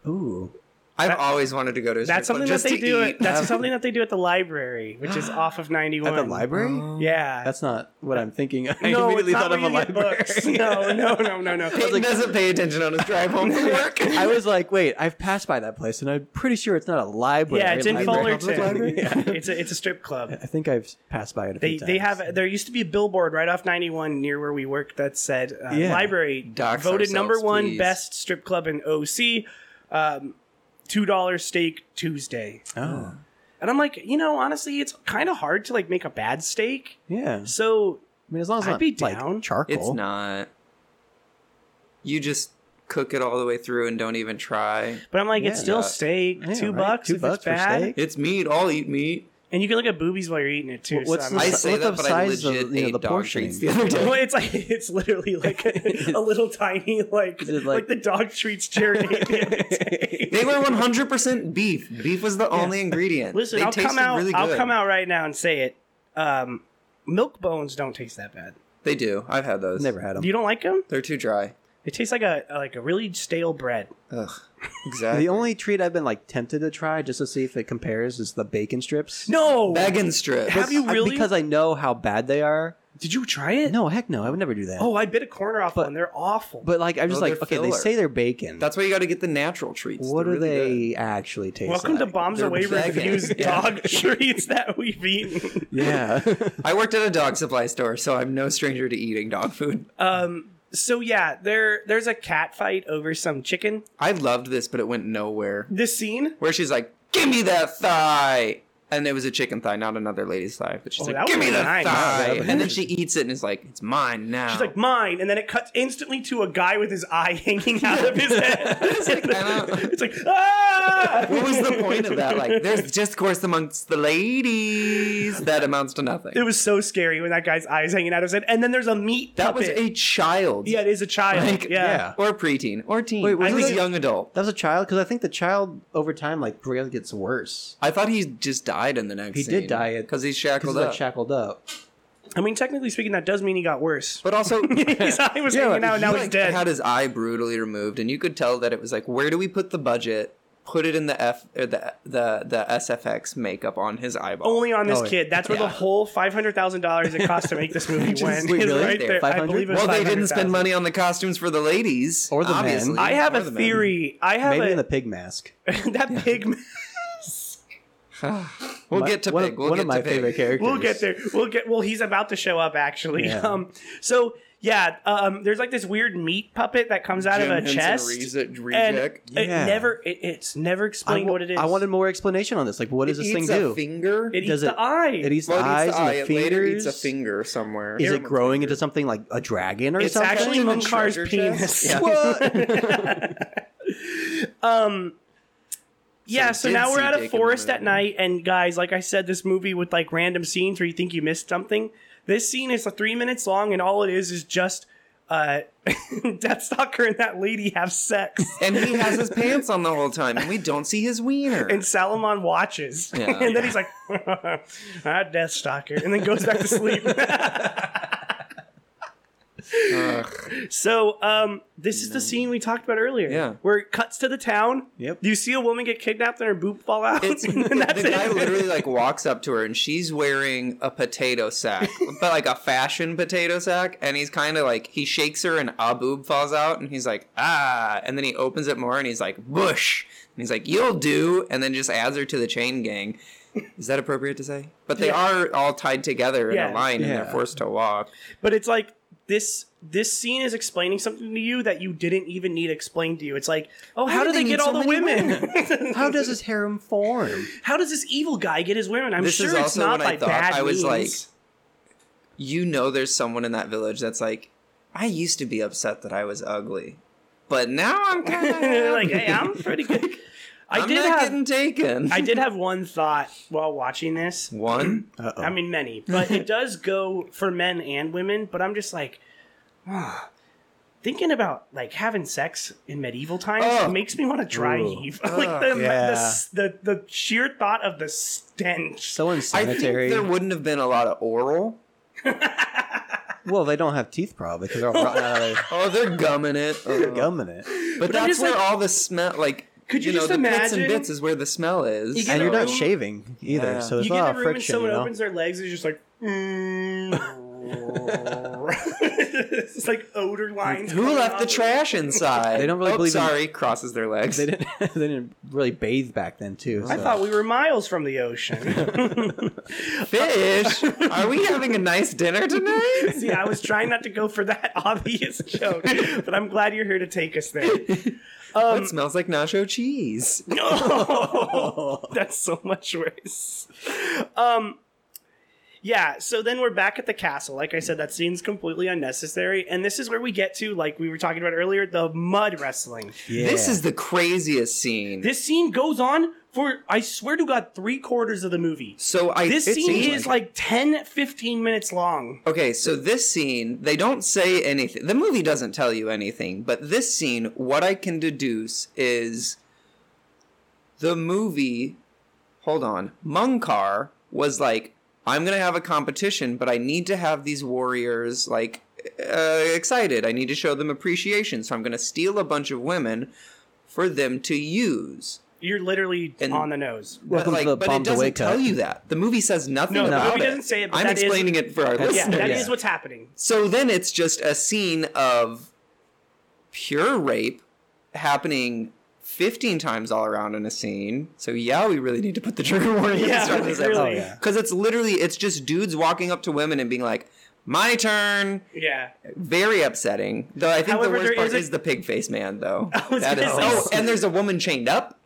Speaker 7: Ooh,
Speaker 8: I've always wanted to go to a strip
Speaker 1: That's something
Speaker 8: club
Speaker 1: that
Speaker 8: just
Speaker 1: they
Speaker 8: to
Speaker 1: do.
Speaker 8: eat.
Speaker 1: At, that's something that they do at the library, which is off of ninety one.
Speaker 7: at the library?
Speaker 1: Yeah,
Speaker 7: That's not what I'm thinking. Uh-huh. I
Speaker 1: no,
Speaker 7: immediately
Speaker 1: it's
Speaker 7: thought
Speaker 1: not
Speaker 7: of a
Speaker 1: where you get
Speaker 7: library.
Speaker 1: books. No, no, no, no, no.
Speaker 8: Peyton doesn't pay attention on his drive home from work.
Speaker 7: I was like, wait, I've passed by that place, and I'm pretty sure it's not a library.
Speaker 1: Yeah, it's in
Speaker 7: Library.
Speaker 1: Fullerton.
Speaker 7: Yeah.
Speaker 1: It's a it's a strip club.
Speaker 7: I think I've passed by it. A
Speaker 1: They
Speaker 7: few
Speaker 1: they
Speaker 7: times.
Speaker 1: have there used to be a billboard right off 91 near where we worked that said uh,
Speaker 7: Yeah.
Speaker 1: library
Speaker 8: Dox
Speaker 1: voted
Speaker 8: ourselves,
Speaker 1: number one
Speaker 8: please.
Speaker 1: best strip club in OC, um, two dollar steak Tuesday,
Speaker 7: Oh,
Speaker 1: and I'm like, you know, honestly, it's kind of hard to like make a bad steak,
Speaker 7: yeah. I
Speaker 1: so.
Speaker 7: mean, as long as it's
Speaker 1: I'd
Speaker 7: not
Speaker 1: be
Speaker 7: like,
Speaker 1: down.
Speaker 7: charcoal.
Speaker 8: It's not. You just cook it all the way through and don't even try.
Speaker 1: But I'm like, it's
Speaker 7: Yeah. uh,
Speaker 1: still steak,
Speaker 7: Yeah,
Speaker 1: two
Speaker 7: right?
Speaker 1: bucks
Speaker 7: Two
Speaker 1: if
Speaker 7: bucks
Speaker 1: it's
Speaker 7: for
Speaker 1: bad,
Speaker 7: steak?
Speaker 8: It's meat. I'll eat meat.
Speaker 1: and you can look at boobies while you're eating it too.
Speaker 7: What's the,
Speaker 1: so I'm
Speaker 8: I
Speaker 7: si-
Speaker 1: like,
Speaker 8: say
Speaker 7: what's
Speaker 8: that,
Speaker 7: the
Speaker 8: but I
Speaker 7: size of
Speaker 8: legit
Speaker 7: you know,
Speaker 8: ate
Speaker 7: the
Speaker 8: dog
Speaker 7: portion?
Speaker 8: treats the other
Speaker 1: well, it's like it's literally like a, a little tiny like
Speaker 7: it
Speaker 1: like,
Speaker 7: like-
Speaker 1: the dog treats Jared. ate the other day.
Speaker 8: They were 100% beef. Beef was the only ingredient.
Speaker 1: Listen,
Speaker 8: They
Speaker 1: I'll come
Speaker 8: tasted
Speaker 1: out.
Speaker 8: really
Speaker 1: I'll
Speaker 8: good.
Speaker 1: come out right now and say it. Um, milk bones don't taste that bad.
Speaker 8: They do. I've had those.
Speaker 7: Never had them.
Speaker 1: You don't like them?
Speaker 8: They're too dry.
Speaker 1: It tastes like a like a really stale bread.
Speaker 8: Ugh. Exactly.
Speaker 7: The only treat I've been like tempted to try just to see if it compares is the bacon strips.
Speaker 1: No,
Speaker 8: Bacon strips.
Speaker 1: Have you
Speaker 7: I-
Speaker 1: really?
Speaker 7: because I know how bad they are.
Speaker 1: did you try it?
Speaker 7: No, heck no, I would never do that.
Speaker 1: Oh, I bit a corner off
Speaker 7: But-
Speaker 1: one. They're awful.
Speaker 7: but like I'm just
Speaker 8: No,
Speaker 7: like
Speaker 8: they're
Speaker 7: okay, they
Speaker 8: filler.
Speaker 7: say they're bacon.
Speaker 8: That's why you got to get the natural treats.
Speaker 7: what
Speaker 8: They're
Speaker 7: do
Speaker 8: really
Speaker 7: they actually taste
Speaker 1: Welcome
Speaker 7: like?
Speaker 1: to Bombs
Speaker 8: they're
Speaker 1: Away
Speaker 8: bacon.
Speaker 1: reviews
Speaker 8: Yeah.
Speaker 1: dog treats that we've eaten.
Speaker 7: Yeah.
Speaker 8: good. I worked at a dog supply store, so I'm no stranger to eating dog food.
Speaker 1: So yeah, there there's a cat fight over some chicken.
Speaker 8: I loved this, but it went nowhere.
Speaker 1: This scene.
Speaker 8: Where she's like, "Give me that thigh," and it was a chicken thigh, not another lady's thigh. But she's
Speaker 1: Oh, that
Speaker 8: like,
Speaker 1: would've
Speaker 8: "Give me
Speaker 1: been
Speaker 8: the
Speaker 1: nice.
Speaker 8: thigh,"
Speaker 7: Yeah, but-
Speaker 8: and then she eats it and is like, "It's mine now."
Speaker 1: She's like mine, and then it cuts instantly to a guy with his eye hanging out of his head. it's, like,
Speaker 8: I don't-
Speaker 1: ah!
Speaker 8: "What was the point of that? Like, there's discourse amongst the ladies that amounts to nothing."
Speaker 1: It was so scary when that guy's eyes hanging out of his head, and then there's a meat
Speaker 8: that was
Speaker 1: puppet.
Speaker 8: a child.
Speaker 1: yeah, it is a child.
Speaker 8: Like,
Speaker 1: yeah.
Speaker 8: Or preteen, or teen.
Speaker 7: Wait,
Speaker 8: I
Speaker 7: was
Speaker 8: think
Speaker 7: this-
Speaker 8: young adult.
Speaker 7: That was a child because I think the child over time like really gets worse.
Speaker 8: I thought he just died in the next.
Speaker 7: He did die at-
Speaker 8: because he's
Speaker 7: Because
Speaker 8: shackled
Speaker 7: like
Speaker 8: up.
Speaker 7: shackled up.
Speaker 1: I mean, technically speaking, that does mean he got worse.
Speaker 8: but also,
Speaker 1: his eye was
Speaker 7: Yeah,
Speaker 1: hanging out, and now
Speaker 8: he,
Speaker 1: he's
Speaker 8: like,
Speaker 1: dead.
Speaker 8: Had his eye brutally removed, and you could tell that it was like, where do we put the budget? Put it in the F or the the the SFX makeup on his eyeball.
Speaker 1: Only on this
Speaker 7: Oh,
Speaker 1: kid. That's where the
Speaker 8: yeah.
Speaker 1: whole five hundred thousand dollars it cost to make this movie went.
Speaker 7: wait,
Speaker 1: It's
Speaker 7: really?
Speaker 1: Right there. I
Speaker 7: 500?
Speaker 1: believe it was
Speaker 8: well, they didn't spend
Speaker 1: $500,000.
Speaker 8: money on the costumes for the ladies
Speaker 7: Or the men.
Speaker 8: obviously.
Speaker 1: I have
Speaker 8: Or
Speaker 1: a
Speaker 8: the men.
Speaker 1: theory. I have
Speaker 7: Maybe
Speaker 1: a,
Speaker 7: in the pig mask.
Speaker 1: that pig.
Speaker 8: We'll get to
Speaker 7: one
Speaker 8: pig.
Speaker 7: Of,
Speaker 8: We'll
Speaker 7: one
Speaker 8: get
Speaker 7: of my
Speaker 8: to pig.
Speaker 7: favorite characters.
Speaker 1: We'll get there. We'll get. Well, he's about to show up actually.
Speaker 7: Yeah.
Speaker 1: Um. So yeah. Um. There's like this weird meat puppet that comes out of
Speaker 8: Jim
Speaker 1: a
Speaker 8: Henson
Speaker 1: chest.
Speaker 8: Reject-
Speaker 1: and
Speaker 8: reject.
Speaker 1: it
Speaker 7: Yeah.
Speaker 1: never. It, it's never
Speaker 7: I,
Speaker 1: explained
Speaker 7: wa-
Speaker 1: what it is.
Speaker 7: I wanted more explanation on this. Like, what does
Speaker 8: It
Speaker 7: this
Speaker 8: eats
Speaker 7: thing
Speaker 8: a
Speaker 7: do?
Speaker 8: Finger.
Speaker 1: It eats
Speaker 7: Does
Speaker 1: the
Speaker 7: it-
Speaker 1: eye.
Speaker 7: It eats
Speaker 8: well,
Speaker 7: the eyes
Speaker 8: it eats the
Speaker 7: and
Speaker 8: eye.
Speaker 7: the
Speaker 8: It
Speaker 7: fingers.
Speaker 8: later eats a finger somewhere.
Speaker 7: Is it growing into something like a dragon or
Speaker 1: It's
Speaker 7: something?
Speaker 1: actually
Speaker 8: in a
Speaker 1: Munkar's
Speaker 8: treasure
Speaker 1: penis.
Speaker 8: chest?
Speaker 1: Yeah. so,
Speaker 8: So it did
Speaker 1: Um, now we're
Speaker 8: see
Speaker 1: at
Speaker 8: dick
Speaker 1: a
Speaker 8: in the
Speaker 1: forest
Speaker 8: movie.
Speaker 1: at night, and guys, like I said, this movie with like random scenes where you think you missed something. This scene is three minutes long, and all it is is just uh, Deathstalker and that lady have sex,
Speaker 8: and he has his pants on the whole time, and we don't see his wiener.
Speaker 1: and Salomon watches,
Speaker 8: Yeah.
Speaker 1: and then he's like, "Ah, Deathstalker," and then goes back to sleep.
Speaker 8: Ugh.
Speaker 1: So, um, this is the scene we talked about earlier.
Speaker 8: Yeah.
Speaker 1: Where it cuts to the town.
Speaker 7: Yep.
Speaker 1: You see a woman get kidnapped and her boob fall out.
Speaker 8: It's,
Speaker 1: and then that's
Speaker 8: the guy
Speaker 1: it.
Speaker 8: literally like walks up to her and she's wearing a potato sack, but like a fashion potato sack. And he's kind of like he shakes her and a boob falls out, and he's like ah, and then he opens it more and he's like bush, and he's like you'll do, and then just adds her to the chain gang. Is that appropriate to say? But they are all tied together in
Speaker 1: Yeah.
Speaker 8: a line and
Speaker 7: Yeah.
Speaker 8: they're forced to walk.
Speaker 1: But it's like this this scene is explaining something to you that you didn't even need explained to you. It's like, oh, how, do
Speaker 8: do
Speaker 1: they,
Speaker 8: they
Speaker 1: get
Speaker 8: need
Speaker 1: all
Speaker 8: so
Speaker 1: the
Speaker 8: many
Speaker 1: women?
Speaker 7: How does this harem form?
Speaker 1: how does this evil guy get his women? I'm
Speaker 8: This
Speaker 1: sure
Speaker 8: is
Speaker 1: it's
Speaker 8: also
Speaker 1: not
Speaker 8: when I
Speaker 1: by
Speaker 8: thought-
Speaker 1: bad
Speaker 8: I was
Speaker 1: means.
Speaker 8: You know, there's someone in that village that's like, I used to be upset that I was ugly, but now I'm kind of
Speaker 1: They're like, hey, I'm pretty good. I
Speaker 8: I'm
Speaker 1: did
Speaker 8: not
Speaker 1: have
Speaker 8: getting taken.
Speaker 1: I did have one thought while watching this.
Speaker 8: One.
Speaker 7: Uh,
Speaker 1: I mean, many, but it does go for men and women. But I'm just like, ah, thinking about like having sex in medieval times
Speaker 8: Ugh.
Speaker 1: makes me want to dry
Speaker 7: Ooh.
Speaker 1: heave. like the,
Speaker 7: Yeah.
Speaker 1: the, s- the the sheer thought of the stench.
Speaker 7: So
Speaker 8: I think
Speaker 7: unsanitary.
Speaker 8: there wouldn't have been a lot of oral.
Speaker 7: well, they don't have teeth probably because they're all rotten out of their
Speaker 8: Oh, they're gumming it. Uh,
Speaker 7: they're gumming it.
Speaker 8: But,
Speaker 1: I'm
Speaker 8: that's
Speaker 1: just
Speaker 8: where
Speaker 1: like-
Speaker 8: all the smell, like,
Speaker 1: Could you
Speaker 8: know,
Speaker 1: just
Speaker 8: the bits and
Speaker 1: imagine-
Speaker 8: bits is where the smell is.
Speaker 1: You get
Speaker 7: And
Speaker 1: a
Speaker 7: you're not
Speaker 1: room-
Speaker 7: shaving either,
Speaker 8: Yeah.
Speaker 7: so there's
Speaker 1: You
Speaker 7: not a lot
Speaker 1: get in a
Speaker 7: of
Speaker 1: room
Speaker 7: friction.
Speaker 1: and someone
Speaker 7: you know?
Speaker 1: opens their legs and it's just like. mm-hmm. it's like odor lines.
Speaker 8: Who
Speaker 1: coming
Speaker 8: left
Speaker 1: off
Speaker 8: the
Speaker 1: of it.
Speaker 8: trash inside?
Speaker 7: They don't really
Speaker 8: oh,
Speaker 7: believe in-
Speaker 8: Sorry, crosses their legs.
Speaker 7: they didn't. they didn't really bathe back then too.
Speaker 1: I
Speaker 7: so-
Speaker 1: thought we were miles from the ocean.
Speaker 8: Fish, are we having a nice dinner tonight?
Speaker 1: See, I was trying not to go for that obvious joke, but I'm glad you're here to take us there.
Speaker 8: it smells like nacho cheese.
Speaker 1: No, that's so much worse. Um, yeah. So then we're back at the castle. Like I said, that scene's completely unnecessary, and this is where we get to, like we were talking about earlier, the mud wrestling.
Speaker 7: Yeah.
Speaker 8: This is the craziest scene.
Speaker 1: This scene goes on for, I swear to God, three quarters of the movie.
Speaker 8: so I
Speaker 1: This
Speaker 8: it
Speaker 1: scene
Speaker 8: seems
Speaker 1: is like 10, 15 minutes long.
Speaker 8: Okay, so this scene, they don't say anything. The movie doesn't tell you anything, but this scene, what I can deduce is the movie. Hold on. Munkar was like, I'm going to have a competition, but I need to have these warriors, like, uh, excited. I need to show them appreciation. So I'm going to steal a bunch of women for them to use.
Speaker 1: You're literally
Speaker 8: And-
Speaker 1: on the nose.
Speaker 7: Welcome
Speaker 8: but
Speaker 7: to the
Speaker 8: like, but it
Speaker 7: Bombed Away
Speaker 8: doesn't tell
Speaker 7: cut.
Speaker 8: you that. The movie says nothing
Speaker 1: No, the
Speaker 8: about
Speaker 1: movie
Speaker 8: it.
Speaker 1: doesn't say it, but
Speaker 8: I'm
Speaker 1: that is-
Speaker 8: explaining it for our
Speaker 7: That's-
Speaker 1: Yeah,
Speaker 8: listeners.
Speaker 1: that is
Speaker 7: Yeah.
Speaker 1: what's happening.
Speaker 8: So then it's just a scene of pure rape happening 15 times all around in a scene. So yeah, we really need to put the trigger warning at the
Speaker 1: Yeah,
Speaker 8: start of this
Speaker 1: really.
Speaker 7: Oh, yeah.
Speaker 8: Because it's literally, it's just dudes walking up to women and being like, my turn.
Speaker 1: Yeah.
Speaker 8: Uh, Very upsetting. Though I think
Speaker 1: However,
Speaker 8: the worst
Speaker 1: there
Speaker 8: part
Speaker 1: is
Speaker 8: is,
Speaker 1: a-
Speaker 8: the pig face man, though.
Speaker 1: was
Speaker 8: That
Speaker 1: gonna
Speaker 8: is-
Speaker 1: say-
Speaker 8: oh, and there's a woman chained up.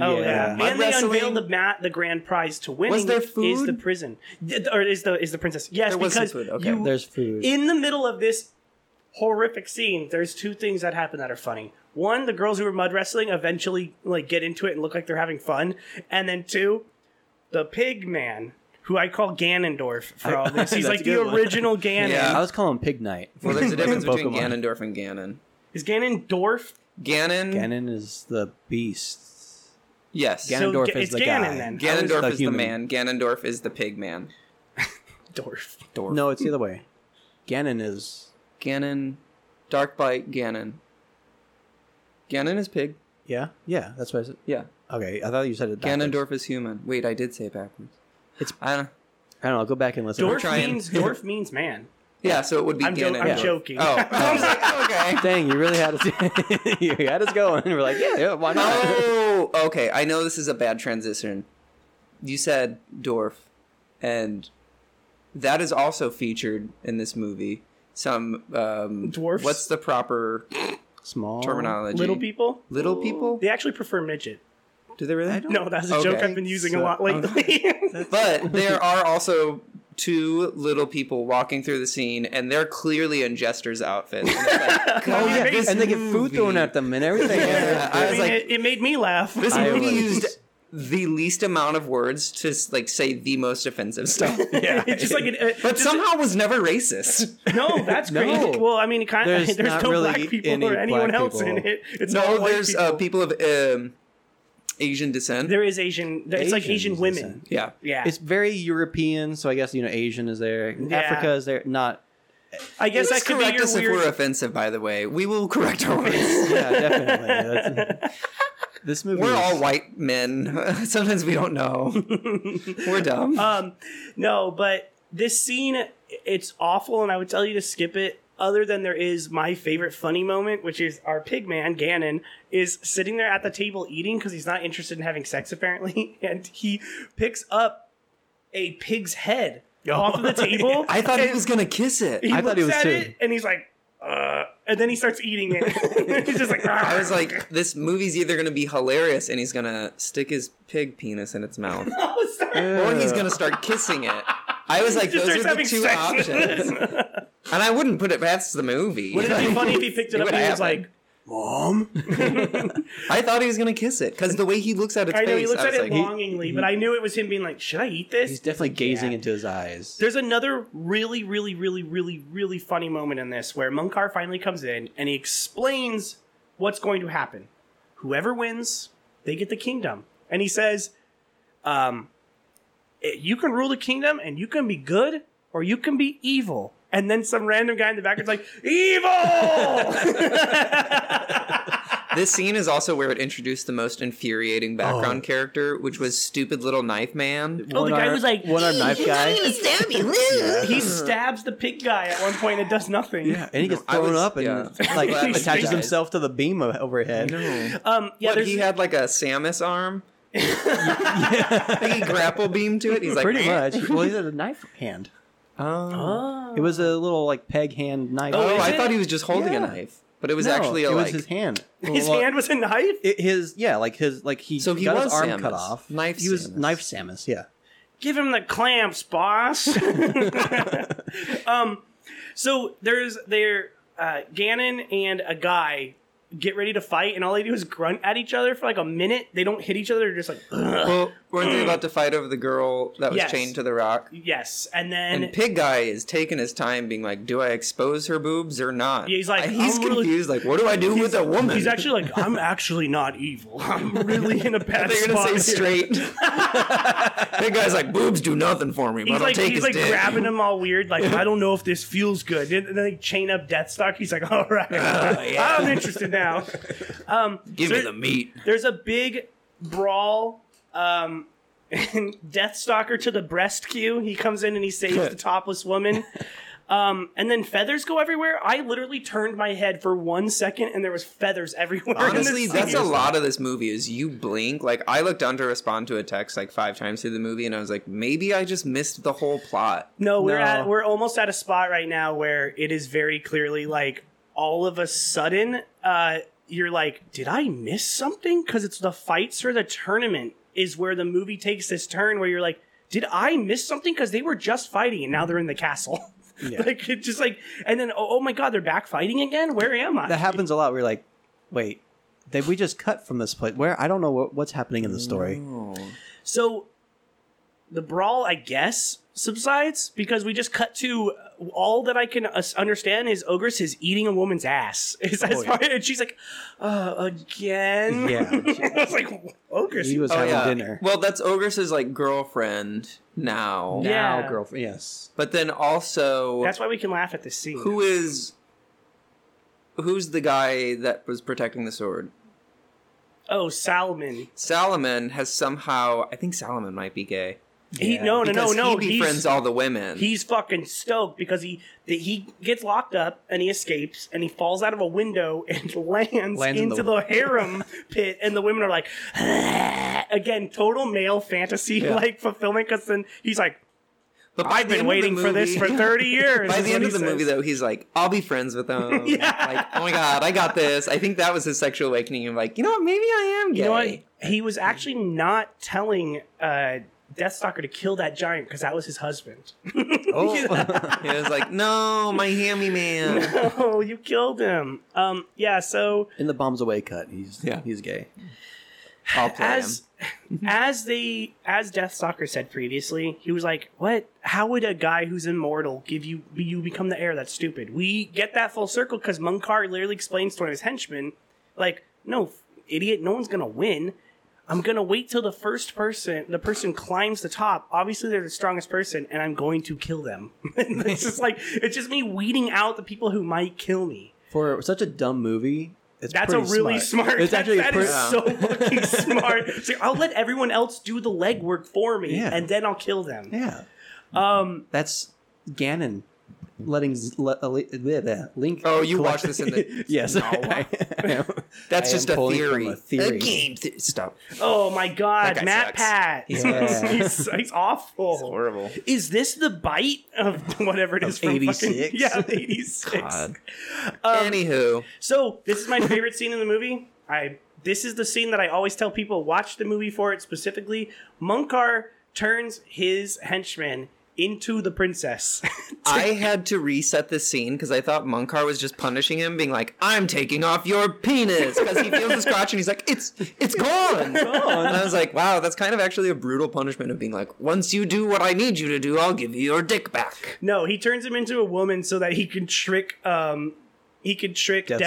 Speaker 1: Oh yeah,
Speaker 8: Mud
Speaker 1: and they
Speaker 8: wrestling.
Speaker 1: unveiled the mat, the grand prize to winning.
Speaker 8: Was there
Speaker 1: Is the
Speaker 8: food?
Speaker 1: prison Th- or is the is the princess? Yes,
Speaker 8: There was
Speaker 1: because
Speaker 8: some food, okay.
Speaker 1: you,
Speaker 7: There's food.
Speaker 1: in the middle of this horrific scene. There's two things that happen that are funny. One, the girls who were mud wrestling eventually like get into it and look like they're having fun, and then two, the pig man. Who I call Ganondorf for all this. He's
Speaker 7: That's
Speaker 1: like
Speaker 7: a
Speaker 1: the
Speaker 7: good one.
Speaker 1: original Ganon.
Speaker 8: Yeah.
Speaker 7: I was calling him Pig Knight.
Speaker 8: Well, there's a difference between
Speaker 7: Pokemon.
Speaker 8: Ganondorf and Ganon.
Speaker 1: Is Ganondorf?
Speaker 8: Ganon,
Speaker 7: Ganon is the beast.
Speaker 8: yes.
Speaker 1: Gan-
Speaker 7: Ganondorf
Speaker 1: Ga-
Speaker 7: is
Speaker 1: it's
Speaker 7: the
Speaker 1: Ganon
Speaker 7: guy.
Speaker 1: then.
Speaker 8: Ganondorf
Speaker 7: the
Speaker 8: is the
Speaker 7: human.
Speaker 8: man. Ganondorf is the pig man.
Speaker 1: Dorf.
Speaker 8: Dorf.
Speaker 7: No, it's the other way. Ganon is
Speaker 8: Ganon, Dark Bite, Ganon. Ganon is pig.
Speaker 7: yeah, yeah. That's what I said.
Speaker 8: Yeah.
Speaker 7: Okay, I thought you said it. backwards.
Speaker 8: Ganondorf is human. Wait, I did say it backwards.
Speaker 7: It's-
Speaker 8: I don't.
Speaker 7: I don't know. Go back and listen.
Speaker 1: Dorf
Speaker 8: trying.
Speaker 1: means Dorf means man.
Speaker 8: Yeah, so it would be
Speaker 1: I'm, jo-
Speaker 8: Ganon.
Speaker 1: I'm joking.
Speaker 8: Oh, I was like, okay.
Speaker 7: Dang, you really had us. you had us going. We're like, yeah, yeah, why not?
Speaker 8: Oh, okay. I know this is a bad transition. You said dwarf, and that is also featured in this movie. Some um,
Speaker 1: Dwarfs?
Speaker 8: What's the proper
Speaker 7: Small
Speaker 8: terminology?
Speaker 1: Little people.
Speaker 8: Little people.
Speaker 1: They actually prefer midget.
Speaker 8: Do they really?
Speaker 1: No, that's a joke
Speaker 8: Okay. um,
Speaker 1: I've been using
Speaker 7: So-
Speaker 1: a lot lately.
Speaker 8: But there are also two little people walking through the scene, and they're clearly in jester's outfits. And it's like,
Speaker 7: Oh yeah,
Speaker 1: Amazing
Speaker 7: and they get food thrown at them and everything.
Speaker 8: Yeah. I
Speaker 1: I
Speaker 8: was
Speaker 1: mean,
Speaker 8: like,
Speaker 1: it, it made me laugh.
Speaker 8: this
Speaker 7: I
Speaker 8: movie
Speaker 7: was-
Speaker 8: used the least amount of words to like say the most offensive stuff.
Speaker 1: yeah, it's just like an, uh,
Speaker 8: But
Speaker 1: just-
Speaker 8: somehow was never racist.
Speaker 1: no, that's
Speaker 7: No.
Speaker 1: crazy. Well, I mean, it kind of,
Speaker 7: There's
Speaker 1: there's,
Speaker 7: not
Speaker 1: no
Speaker 7: really
Speaker 1: black people
Speaker 7: any
Speaker 1: or anyone
Speaker 7: black
Speaker 1: else in
Speaker 7: people.
Speaker 1: it. It's all
Speaker 8: No,
Speaker 1: white
Speaker 8: there's
Speaker 1: people.
Speaker 8: uh, people of um, Asian descent.
Speaker 1: there is Asian. It's like Asian
Speaker 7: Asians,
Speaker 1: women.
Speaker 8: yeah,
Speaker 1: Yeah,
Speaker 7: It's very European, so I guess you know Asian is there. Africa is there. Not
Speaker 1: I guess
Speaker 8: Please
Speaker 1: that could be
Speaker 8: correct
Speaker 1: your
Speaker 8: us if we're
Speaker 1: weird.
Speaker 8: offensive. By the way, we will correct our ways.
Speaker 7: yeah, definitely. That's- this movie.
Speaker 8: we're
Speaker 7: is-
Speaker 8: all white men. Sometimes we don't know. we're dumb.
Speaker 1: Um, no, but this scene, it's awful, and I would tell you to skip it. Other than there is my favorite funny moment, which is our pig man Ganon is sitting there at the table eating because he's not interested in having sex apparently, and he picks up a pig's head
Speaker 7: Oh.
Speaker 1: off of the table.
Speaker 8: I thought he was gonna kiss it.
Speaker 1: He
Speaker 7: I
Speaker 1: looks
Speaker 7: thought he was
Speaker 1: at
Speaker 7: too.
Speaker 1: it and he's like, uh, and then he starts eating it. he's just like, "Ah."
Speaker 8: I was like, this movie's either going to be hilarious and he's going to stick his pig penis in its mouth,
Speaker 1: oh, sorry.
Speaker 8: or he's going to start kissing it. I was like,
Speaker 1: Just
Speaker 8: those are
Speaker 1: starts
Speaker 8: the
Speaker 1: having
Speaker 8: two
Speaker 1: sex.
Speaker 8: options. And I wouldn't put it past the movie.
Speaker 1: Wouldn't it be funny if he picked it
Speaker 8: It
Speaker 1: up
Speaker 8: would
Speaker 1: and he was
Speaker 8: happen.
Speaker 1: like,
Speaker 7: Mom?
Speaker 8: I thought he was gonna kiss it because the way he looks at its
Speaker 1: I
Speaker 8: face,
Speaker 1: know he looks
Speaker 8: I
Speaker 1: at
Speaker 8: was
Speaker 1: it
Speaker 8: like,
Speaker 1: longingly, but I knew it was him being like, "Should I eat this?"
Speaker 7: He's definitely gazing into his eyes.
Speaker 1: There's another really, really, really, really, really funny moment in this where Munkar finally comes in and he explains what's going to happen. Whoever wins, they get the kingdom. And he says, um, "Eh, You can rule the kingdom and you can be good or you can be evil. And then some random guy in the background's like, Evil!
Speaker 8: This scene is also where it introduced the most infuriating background
Speaker 7: Oh.
Speaker 8: character, which was stupid little knife man.
Speaker 1: oh, the guy
Speaker 7: One-arm-
Speaker 1: was like,
Speaker 7: one-arm knife guy.
Speaker 1: He stabs the pig guy at one point and does nothing.
Speaker 7: Yeah, and he gets
Speaker 8: I
Speaker 7: thrown
Speaker 8: was-
Speaker 7: up and
Speaker 8: yeah.
Speaker 7: like
Speaker 8: Glad
Speaker 1: that
Speaker 7: attaches
Speaker 8: guy-
Speaker 7: himself to the beam o- overhead.
Speaker 1: Um, yeah
Speaker 8: what,
Speaker 1: there's-
Speaker 8: he had like a Samus arm. like he grapple beam to it. He's like "Eh?"
Speaker 7: Pretty much. Well, he's a knife hand.
Speaker 1: Oh.
Speaker 7: It was a little like peg hand knife.
Speaker 8: Oh,
Speaker 1: is
Speaker 8: I
Speaker 1: it?
Speaker 8: thought he was just holding
Speaker 7: Yeah.
Speaker 8: a knife, but it was
Speaker 7: No,
Speaker 8: actually a
Speaker 7: it
Speaker 8: like.
Speaker 7: was his hand.
Speaker 1: His
Speaker 7: Well,
Speaker 1: hand was a knife?
Speaker 7: it- his yeah, like his like he
Speaker 8: So he
Speaker 7: got
Speaker 8: was
Speaker 7: his arm
Speaker 8: Samus.
Speaker 7: cut off.
Speaker 8: Knife
Speaker 7: He was
Speaker 8: Samus.
Speaker 7: knife Samus. Yeah.
Speaker 1: give him the clamps, boss. um, so there's there uh, Ganon and a guy get ready to fight, and all they do is grunt at each other for like a minute. They don't hit each other; they're just like, "Ugh."
Speaker 8: well, weren't they about to fight over the girl that was
Speaker 1: Yes.
Speaker 8: chained to the rock?
Speaker 1: yes. And then
Speaker 8: And Pig Guy is taking his time, being like, "Do I expose her boobs or not?"
Speaker 1: Yeah, he's like,
Speaker 8: And he's
Speaker 1: I'm really-
Speaker 8: confused, like, "What do I do with a woman?"
Speaker 1: he's actually like, "I'm actually not evil. I'm really in a bad
Speaker 8: They're gonna
Speaker 1: spot."
Speaker 8: say
Speaker 1: here."
Speaker 8: straight. Pig Guy's like, "Boobs do nothing for me, but
Speaker 1: He's
Speaker 8: I'll
Speaker 1: like
Speaker 8: take
Speaker 1: he's
Speaker 8: his
Speaker 1: like
Speaker 8: dick."
Speaker 1: grabbing him all weird, like I don't know if this feels good. And then they chain up Deathstalk. He's like, all right,
Speaker 8: Oh,
Speaker 1: I'm interested now.
Speaker 8: Give
Speaker 1: So-
Speaker 8: me the meat.
Speaker 1: There's a big brawl. Um, and Deathstalker to the breast cue. He comes in and he saves the topless woman. Um, and then feathers go everywhere. I literally turned my head for one second, and there was feathers everywhere. in this
Speaker 8: Honestly, that's
Speaker 1: scene.
Speaker 8: a lot of this movie. Is you blink, like I looked down to respond to a text like five times through the movie, and I was like, maybe I just missed the whole plot.
Speaker 1: No, we're
Speaker 7: No.
Speaker 1: at we're almost at a spot right now where it is very clearly like all of a sudden uh you're like, did I miss something? Because it's the fights for the tournament is where the movie takes this turn where you're like, did I miss something? Because they were just fighting and now they're in the castle. like it just like and then oh, oh my god, they're back fighting again? Where am I?
Speaker 7: That happens a lot. We're like, wait, did we just cut from this place? Where I don't know what, what's happening in the story.
Speaker 1: So the brawl, I guess, subsides because we just cut to uh, all that I can uh, understand is Ogress is eating a woman's ass. Is
Speaker 8: Oh,
Speaker 1: as far, and she's like, uh, again?
Speaker 7: Yeah.
Speaker 1: I was like, Ogress.
Speaker 7: He was
Speaker 8: Oh,
Speaker 7: having
Speaker 8: yeah.
Speaker 7: dinner.
Speaker 8: Well, that's Ogress's like girlfriend now,
Speaker 1: Yeah.
Speaker 7: Now, girlfriend. Yes.
Speaker 8: but then also
Speaker 1: That's why we can laugh at this scene.
Speaker 8: who is who's the guy that was protecting the sword?
Speaker 1: Oh, Salmon.
Speaker 8: Salomon has somehow I think Salomon might be gay.
Speaker 1: He, no, no, no,
Speaker 8: Because
Speaker 1: no.
Speaker 8: He befriends
Speaker 1: he's,
Speaker 8: all the women.
Speaker 1: he's fucking stoked because he that he gets locked up and he escapes and he falls out of a window and lands,
Speaker 7: Lands in
Speaker 1: into
Speaker 7: the-
Speaker 1: the, harem pit and the women are like "Ah," again total male fantasy like fulfillment because then he's like
Speaker 8: but by
Speaker 1: I've
Speaker 8: the
Speaker 1: been
Speaker 8: end of the
Speaker 1: waiting for this for
Speaker 8: movie-
Speaker 1: thirty years.
Speaker 8: By
Speaker 1: is
Speaker 8: the
Speaker 1: what
Speaker 8: end
Speaker 1: he
Speaker 8: of the
Speaker 1: says.
Speaker 8: movie, though, he's like, "I'll be friends with them."
Speaker 1: Yeah.
Speaker 8: Like, oh my god, I got this. I think that was his sexual awakening. I'm like, you know what? Maybe I am gay.
Speaker 1: you know what? He was actually not telling uh, Deathstalker to kill that giant because that was his husband.
Speaker 7: Oh.
Speaker 8: He was like, "No, my hammy man."
Speaker 1: oh, you killed him. Um, yeah. So.
Speaker 7: in the bombs away cut. He's
Speaker 8: Yeah.
Speaker 7: he's gay.
Speaker 8: I'll play
Speaker 1: as as they as Deathstalker said previously, he was like, "What? How would a guy who's immortal give you you become the heir? That's stupid." We get that full circle because Munkar literally explains to one of his henchmen, "Like, no, f- idiot, no one's gonna win. I'm gonna wait till the first person, the person climbs the top. Obviously, they're the strongest person, and I'm going to kill them. it's just like it's just me weeding out the people who might kill me.
Speaker 7: For such a dumb movie, it's
Speaker 1: That's a
Speaker 7: pretty
Speaker 1: really smart.
Speaker 7: It's
Speaker 1: that-
Speaker 7: actually
Speaker 1: that
Speaker 7: pretty,
Speaker 1: is so fucking smart. So I'll let everyone else do the legwork for me,
Speaker 7: Yeah.
Speaker 1: and then I'll kill them.
Speaker 7: yeah. Um, that's Ganon letting Z- le, uh, li- uh, uh, Link.
Speaker 8: Oh, you
Speaker 7: collect-
Speaker 8: watched this in the-
Speaker 7: yes. I am.
Speaker 8: That's
Speaker 7: I
Speaker 8: just
Speaker 7: am
Speaker 8: a
Speaker 7: pulling
Speaker 8: theory.
Speaker 7: From a theory.
Speaker 8: game. Th- Stop.
Speaker 1: Oh my god,
Speaker 8: That guy
Speaker 1: Matt
Speaker 8: sucks.
Speaker 1: Pat.
Speaker 7: Yeah.
Speaker 1: he's, he's awful.
Speaker 8: Horrible.
Speaker 1: Is this the bite of whatever it is from fucking-
Speaker 7: 86?
Speaker 1: yeah, eighty six.
Speaker 8: God. Anywho,
Speaker 1: Um, So this is my favorite scene in the movie. I this is the scene that I always tell people watch the movie for it specifically. Munkar turns his henchman into the princess.
Speaker 8: I had to reset the scene because I thought Munkar was just punishing him, being like, "I'm taking off your penis," because he feels his crotch and he's like, "It's it's gone." And I was like, "Wow, that's kind of actually a brutal punishment of being like, once you do what I need you to do, I'll give you your dick back."
Speaker 1: no, he turns him into a woman so that he can trick um he can trick
Speaker 7: Deathstalker.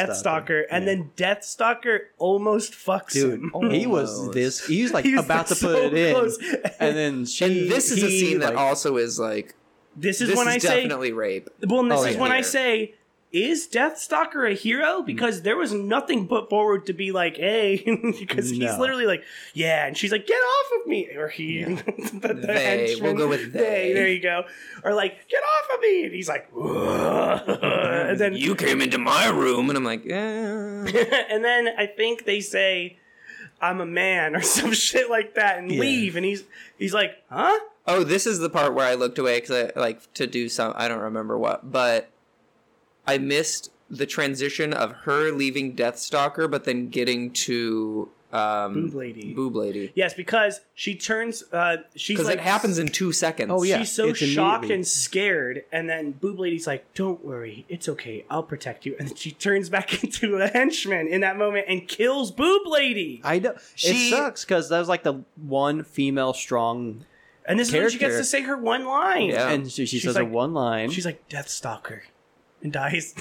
Speaker 1: Deathstalker, and then Deathstalker almost fucks
Speaker 7: Dude,
Speaker 1: him.
Speaker 7: he was this. He was like
Speaker 1: He was
Speaker 7: about to put
Speaker 1: so
Speaker 7: it in,
Speaker 1: close.
Speaker 7: and then she.
Speaker 8: And this is a
Speaker 7: he,
Speaker 8: scene that
Speaker 7: like-
Speaker 8: also is like,
Speaker 1: This is
Speaker 8: "This
Speaker 1: when
Speaker 8: is
Speaker 1: I say
Speaker 8: definitely rape."
Speaker 1: Well, and this
Speaker 7: Oh,
Speaker 1: is
Speaker 7: yeah.
Speaker 1: when I say, is Deathstalker a
Speaker 8: Mm-hmm.
Speaker 1: hero? Because there was nothing put forward to be like, hey, because he's
Speaker 7: No.
Speaker 1: literally like, yeah, and she's like, get off of me, or he, the, the
Speaker 8: They,
Speaker 1: henchman,
Speaker 8: we'll go with they.
Speaker 1: There you go, or like, get off of me, and he's like, "Ugh." and then
Speaker 8: Mm-hmm. You came into my room, and I'm like, "Yeah."
Speaker 1: and then I think they say, I'm a man, or some shit like that, and
Speaker 7: Yeah.
Speaker 1: leave, and he's he's like, huh?
Speaker 8: Oh, this is the part where I looked away because I like to do some. I don't remember what, but I missed the transition of her leaving Deathstalker, but then getting to um,
Speaker 1: Boob lady.
Speaker 8: Boob lady,
Speaker 1: Yes, because she turns, uh, she's
Speaker 8: because
Speaker 1: like
Speaker 8: it happens in two seconds.
Speaker 7: Oh, yeah.
Speaker 1: She's so
Speaker 7: it's
Speaker 1: shocked
Speaker 7: immediately-
Speaker 1: and scared, and then Boob Lady's like, "Don't worry, it's okay. I'll protect you." And then she turns back into a henchman in that moment and kills Boob Lady.
Speaker 7: I know
Speaker 8: She-
Speaker 7: it sucks because that was like the one female strong,
Speaker 1: And this is when she gets
Speaker 7: Character.
Speaker 1: to say her one line.
Speaker 8: Yeah.
Speaker 7: and she, she
Speaker 1: She's
Speaker 7: says
Speaker 1: like-
Speaker 7: a one line.
Speaker 1: She's like Deathstalker, and dies.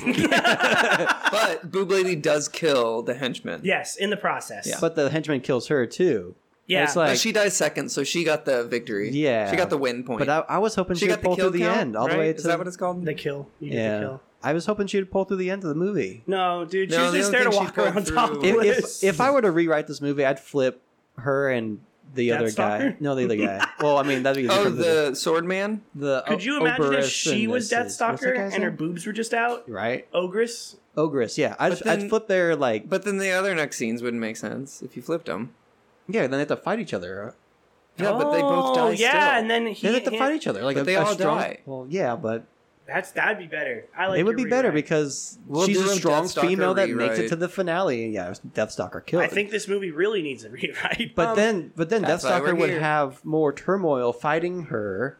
Speaker 8: But Boob lady does kill the henchman.
Speaker 1: yes, in the process. Yeah,
Speaker 7: but the henchman kills her too.
Speaker 1: yeah.
Speaker 7: it's like-
Speaker 8: But she dies second, so she got the victory.
Speaker 7: Yeah.
Speaker 8: she got the win point.
Speaker 7: But I, I was hoping
Speaker 8: she
Speaker 7: she
Speaker 8: got
Speaker 7: would
Speaker 8: the
Speaker 7: pull
Speaker 8: kill
Speaker 7: through the
Speaker 8: count,
Speaker 7: end, all
Speaker 8: right?
Speaker 7: the way to
Speaker 8: Is that what it's called?
Speaker 1: the kill. You get the
Speaker 7: yeah.
Speaker 1: kill.
Speaker 7: I was hoping she would pull through the end of the movie.
Speaker 1: No, dude, she
Speaker 8: No,
Speaker 1: was
Speaker 8: the
Speaker 1: just
Speaker 8: only
Speaker 1: there to
Speaker 8: thing she
Speaker 1: walk around
Speaker 8: pulled
Speaker 1: top of the
Speaker 8: through-
Speaker 7: if,
Speaker 1: list.
Speaker 7: if if I were to rewrite this movie, I'd flip her and the other guy.
Speaker 1: Deathstalker?
Speaker 7: No, the other guy. well, I mean that'd be
Speaker 8: oh,
Speaker 7: different than
Speaker 8: the sword man.
Speaker 7: the
Speaker 1: Could you imagine if
Speaker 7: Oberus
Speaker 1: she
Speaker 7: and
Speaker 1: was
Speaker 7: this is- what's that
Speaker 1: Deathstalker
Speaker 7: guy's
Speaker 1: and her
Speaker 7: name?
Speaker 1: boobs were just out?
Speaker 7: right
Speaker 1: Ogress.
Speaker 7: ogress? Yeah, I'd,
Speaker 8: But then-
Speaker 7: I'd flip their like.
Speaker 8: But then the other next scenes wouldn't make sense if you flipped them.
Speaker 7: yeah, then they have to fight each other.
Speaker 8: Yeah, but they both
Speaker 1: Oh,
Speaker 8: die.
Speaker 1: Yeah,
Speaker 8: still.
Speaker 1: and then he
Speaker 7: They have to
Speaker 1: him-
Speaker 7: fight each other. Like
Speaker 8: But
Speaker 7: a,
Speaker 8: they
Speaker 7: a
Speaker 8: all
Speaker 7: strong,
Speaker 8: die.
Speaker 7: Well, yeah, but
Speaker 1: That's that'd be better. I like.
Speaker 7: it would be
Speaker 1: your
Speaker 7: better
Speaker 1: rewrite.
Speaker 7: because
Speaker 8: We'll
Speaker 7: she's
Speaker 8: do
Speaker 7: a
Speaker 8: a
Speaker 7: strong
Speaker 8: Deathstalker
Speaker 7: female that makes it
Speaker 8: rewrite.
Speaker 7: to the finale. Yeah, it was Deathstalker killed.
Speaker 1: I think this movie really needs a rewrite.
Speaker 7: But
Speaker 8: Um,
Speaker 7: then, but then
Speaker 8: that's why we're
Speaker 7: Deathstalker would
Speaker 8: here.
Speaker 7: have more turmoil fighting her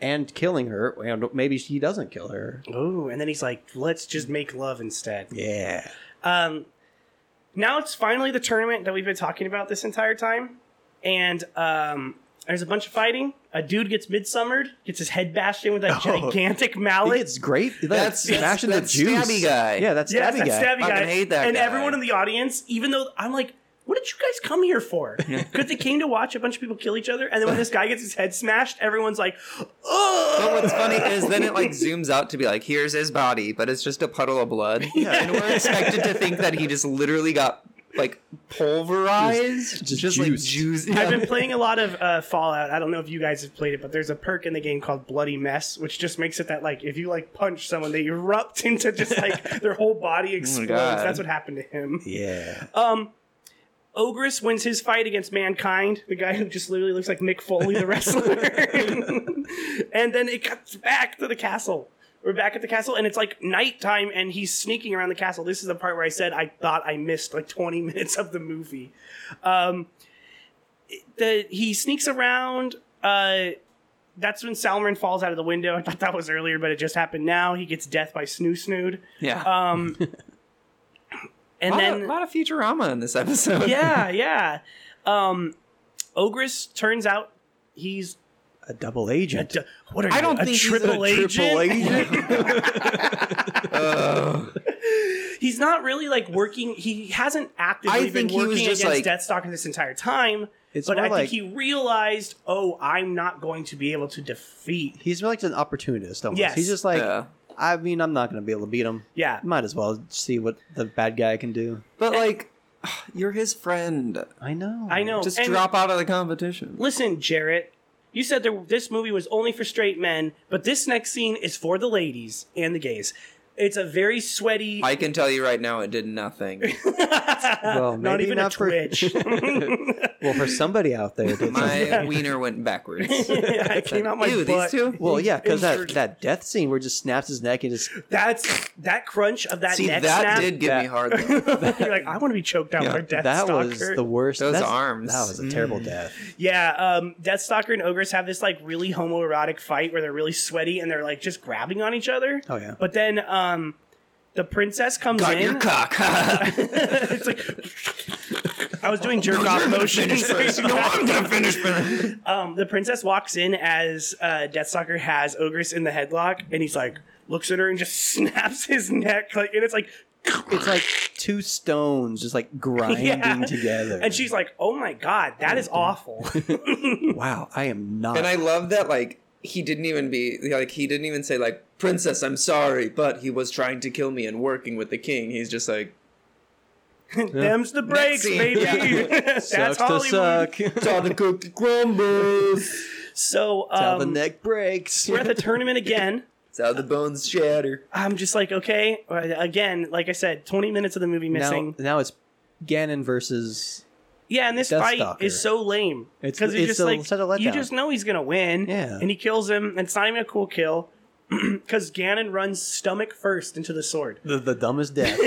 Speaker 7: and killing her, and maybe she doesn't kill her.
Speaker 1: oh, and then he's like, "Let's just make love instead."
Speaker 7: Yeah,
Speaker 1: Um, now it's finally the tournament that we've been talking about this entire time, and um, there's a bunch of fighting. A dude gets midsummered, gets his head bashed in with a
Speaker 8: Oh,
Speaker 1: gigantic
Speaker 7: I
Speaker 1: mallet.
Speaker 7: think it's great. That's
Speaker 8: That's-
Speaker 7: smashing the
Speaker 8: that's-
Speaker 7: juice.
Speaker 8: that's stabby guy.
Speaker 7: Yeah, that's
Speaker 1: Yes,
Speaker 7: stabby
Speaker 1: that
Speaker 7: guy.
Speaker 1: stabby
Speaker 8: Fucking
Speaker 1: guy.
Speaker 8: hate that
Speaker 1: and
Speaker 8: guy.
Speaker 1: everyone in the audience, even though I'm like, what did you guys come here for? Because they came to watch a bunch of people kill each other, and then when this guy gets his head smashed, everyone's like,
Speaker 8: But
Speaker 1: oh.
Speaker 8: what's funny is then it like zooms out to be like, here's his body, but it's just a puddle of blood. And we're expected to think that he just literally got like pulverized.
Speaker 7: Just-
Speaker 8: Just,
Speaker 7: just
Speaker 8: like
Speaker 7: juiced.
Speaker 8: juice.
Speaker 1: I've been playing a lot of uh, Fallout. I don't know if you guys have played it, but there's a perk in the game called Bloody Mess, which just makes it that like if you like punch someone, they erupt into just like their whole body explodes.
Speaker 8: God.
Speaker 1: That's what happened to him. Um,
Speaker 7: Yeah,
Speaker 1: Ogress wins his fight against mankind, the guy who just literally looks like Mick Foley, the wrestler. and then it cuts back to the castle. We're back at the castle, and it's like nighttime, and he's sneaking around the castle. This is the part where I said I thought I missed like 20 minutes of the movie. Um, the he sneaks around. Uh, that's when Salmarin falls out of the window. I thought that was earlier, but it just happened now. He gets death by Snoo Snood.
Speaker 8: yeah.
Speaker 1: Um, and
Speaker 8: a, lot
Speaker 1: then
Speaker 8: of, lot of Futurama in this episode.
Speaker 1: yeah, yeah. Um, Ogress turns out he's
Speaker 7: a double
Speaker 1: a
Speaker 7: agent.
Speaker 1: d- what are you?
Speaker 8: I don't
Speaker 1: a
Speaker 8: think he's a
Speaker 1: triple agent.
Speaker 7: Triple agent.
Speaker 1: He's not really like working. He hasn't actively
Speaker 8: I
Speaker 1: been
Speaker 8: think he was
Speaker 1: working
Speaker 8: just,
Speaker 1: against
Speaker 8: like-
Speaker 1: Deathstalker this entire time.
Speaker 7: It's
Speaker 1: but I
Speaker 7: more like-
Speaker 1: think he realized, oh, I'm not going to be able to defeat.
Speaker 7: He's like an opportunist almost.
Speaker 1: Yes.
Speaker 7: He's just like,
Speaker 8: Yeah.
Speaker 7: I mean, I'm not going to be able to beat him.
Speaker 1: Yeah.
Speaker 7: Might as well see what the bad guy can do.
Speaker 8: But like, you're his friend.
Speaker 7: I know.
Speaker 1: I know.
Speaker 8: Just
Speaker 1: And
Speaker 8: drop out of the competition.
Speaker 1: Listen, Jarrett. You said there, this movie was only for straight men, but this next scene is for the ladies and the gays. It's a very sweaty.
Speaker 8: I can tell you right now, it did nothing.
Speaker 7: Well,
Speaker 1: uh, not
Speaker 7: maybe
Speaker 1: even
Speaker 7: not
Speaker 1: a
Speaker 7: for-
Speaker 1: twitch.
Speaker 7: Well, for somebody out there, that's
Speaker 8: My wiener went backwards.
Speaker 1: yeah, it came out my
Speaker 8: Ew,
Speaker 1: butt.
Speaker 8: these two.
Speaker 7: well, yeah, because that, that death scene where he just snaps his neck and just
Speaker 1: That's that crunch of that
Speaker 8: See,
Speaker 1: neck
Speaker 8: that
Speaker 1: snap.
Speaker 8: did get me
Speaker 7: That-
Speaker 8: hard. Though.
Speaker 1: You're like, I want to be choked out by Death
Speaker 7: that
Speaker 1: Stalker. Mm.
Speaker 7: was the worst.
Speaker 8: Those
Speaker 7: That's-
Speaker 8: arms.
Speaker 7: That was a terrible death.
Speaker 1: Yeah, um, Deathstalker and ogres have this like really homoerotic fight where they're really sweaty and they're like just grabbing on each other.
Speaker 7: Oh, yeah.
Speaker 1: But then um, the princess comes
Speaker 8: Got
Speaker 1: in.
Speaker 8: your cock.
Speaker 1: it's like I was doing jerk off motions.
Speaker 8: no, I'm gonna finish first.
Speaker 1: um, the princess walks in as uh, Deathstalker has ogres in the headlock, and he's like looks at her and just snaps his neck, like, and it's like.
Speaker 7: It's like two stones just like grinding
Speaker 1: Yeah.
Speaker 7: together.
Speaker 1: And she's like, "Oh my god, that is awful."
Speaker 7: wow, I am not.
Speaker 8: And I love that, like, he didn't even be, like, he didn't even say, like, Princess, I'm sorry, but he was trying to kill me and working with the king. He's just like,
Speaker 1: Them's the breaks,
Speaker 8: scene.
Speaker 1: baby.
Speaker 8: Yeah.
Speaker 1: That's
Speaker 7: Sucks to
Speaker 1: Hollywood.
Speaker 7: suck.
Speaker 8: Time to cook the crumbles.
Speaker 1: So
Speaker 7: How the
Speaker 1: um,
Speaker 7: neck breaks.
Speaker 1: we're at the tournament again.
Speaker 8: That's how the bones shatter.
Speaker 1: I'm just like, okay, uh, again, like I said, 20 minutes of the movie
Speaker 7: now,
Speaker 1: missing.
Speaker 7: now it's Ganon versus.
Speaker 1: yeah, and this
Speaker 7: Death
Speaker 1: fight
Speaker 7: Stalker.
Speaker 1: is so lame
Speaker 7: It's-
Speaker 1: because
Speaker 7: it's
Speaker 1: just
Speaker 7: a-
Speaker 1: like
Speaker 7: such a
Speaker 1: you
Speaker 7: letdown.
Speaker 1: just know he's gonna win.
Speaker 7: Yeah.
Speaker 1: and he kills him. And it's not even a cool kill because Ganon runs stomach first into the sword.
Speaker 7: The, the dumbest death.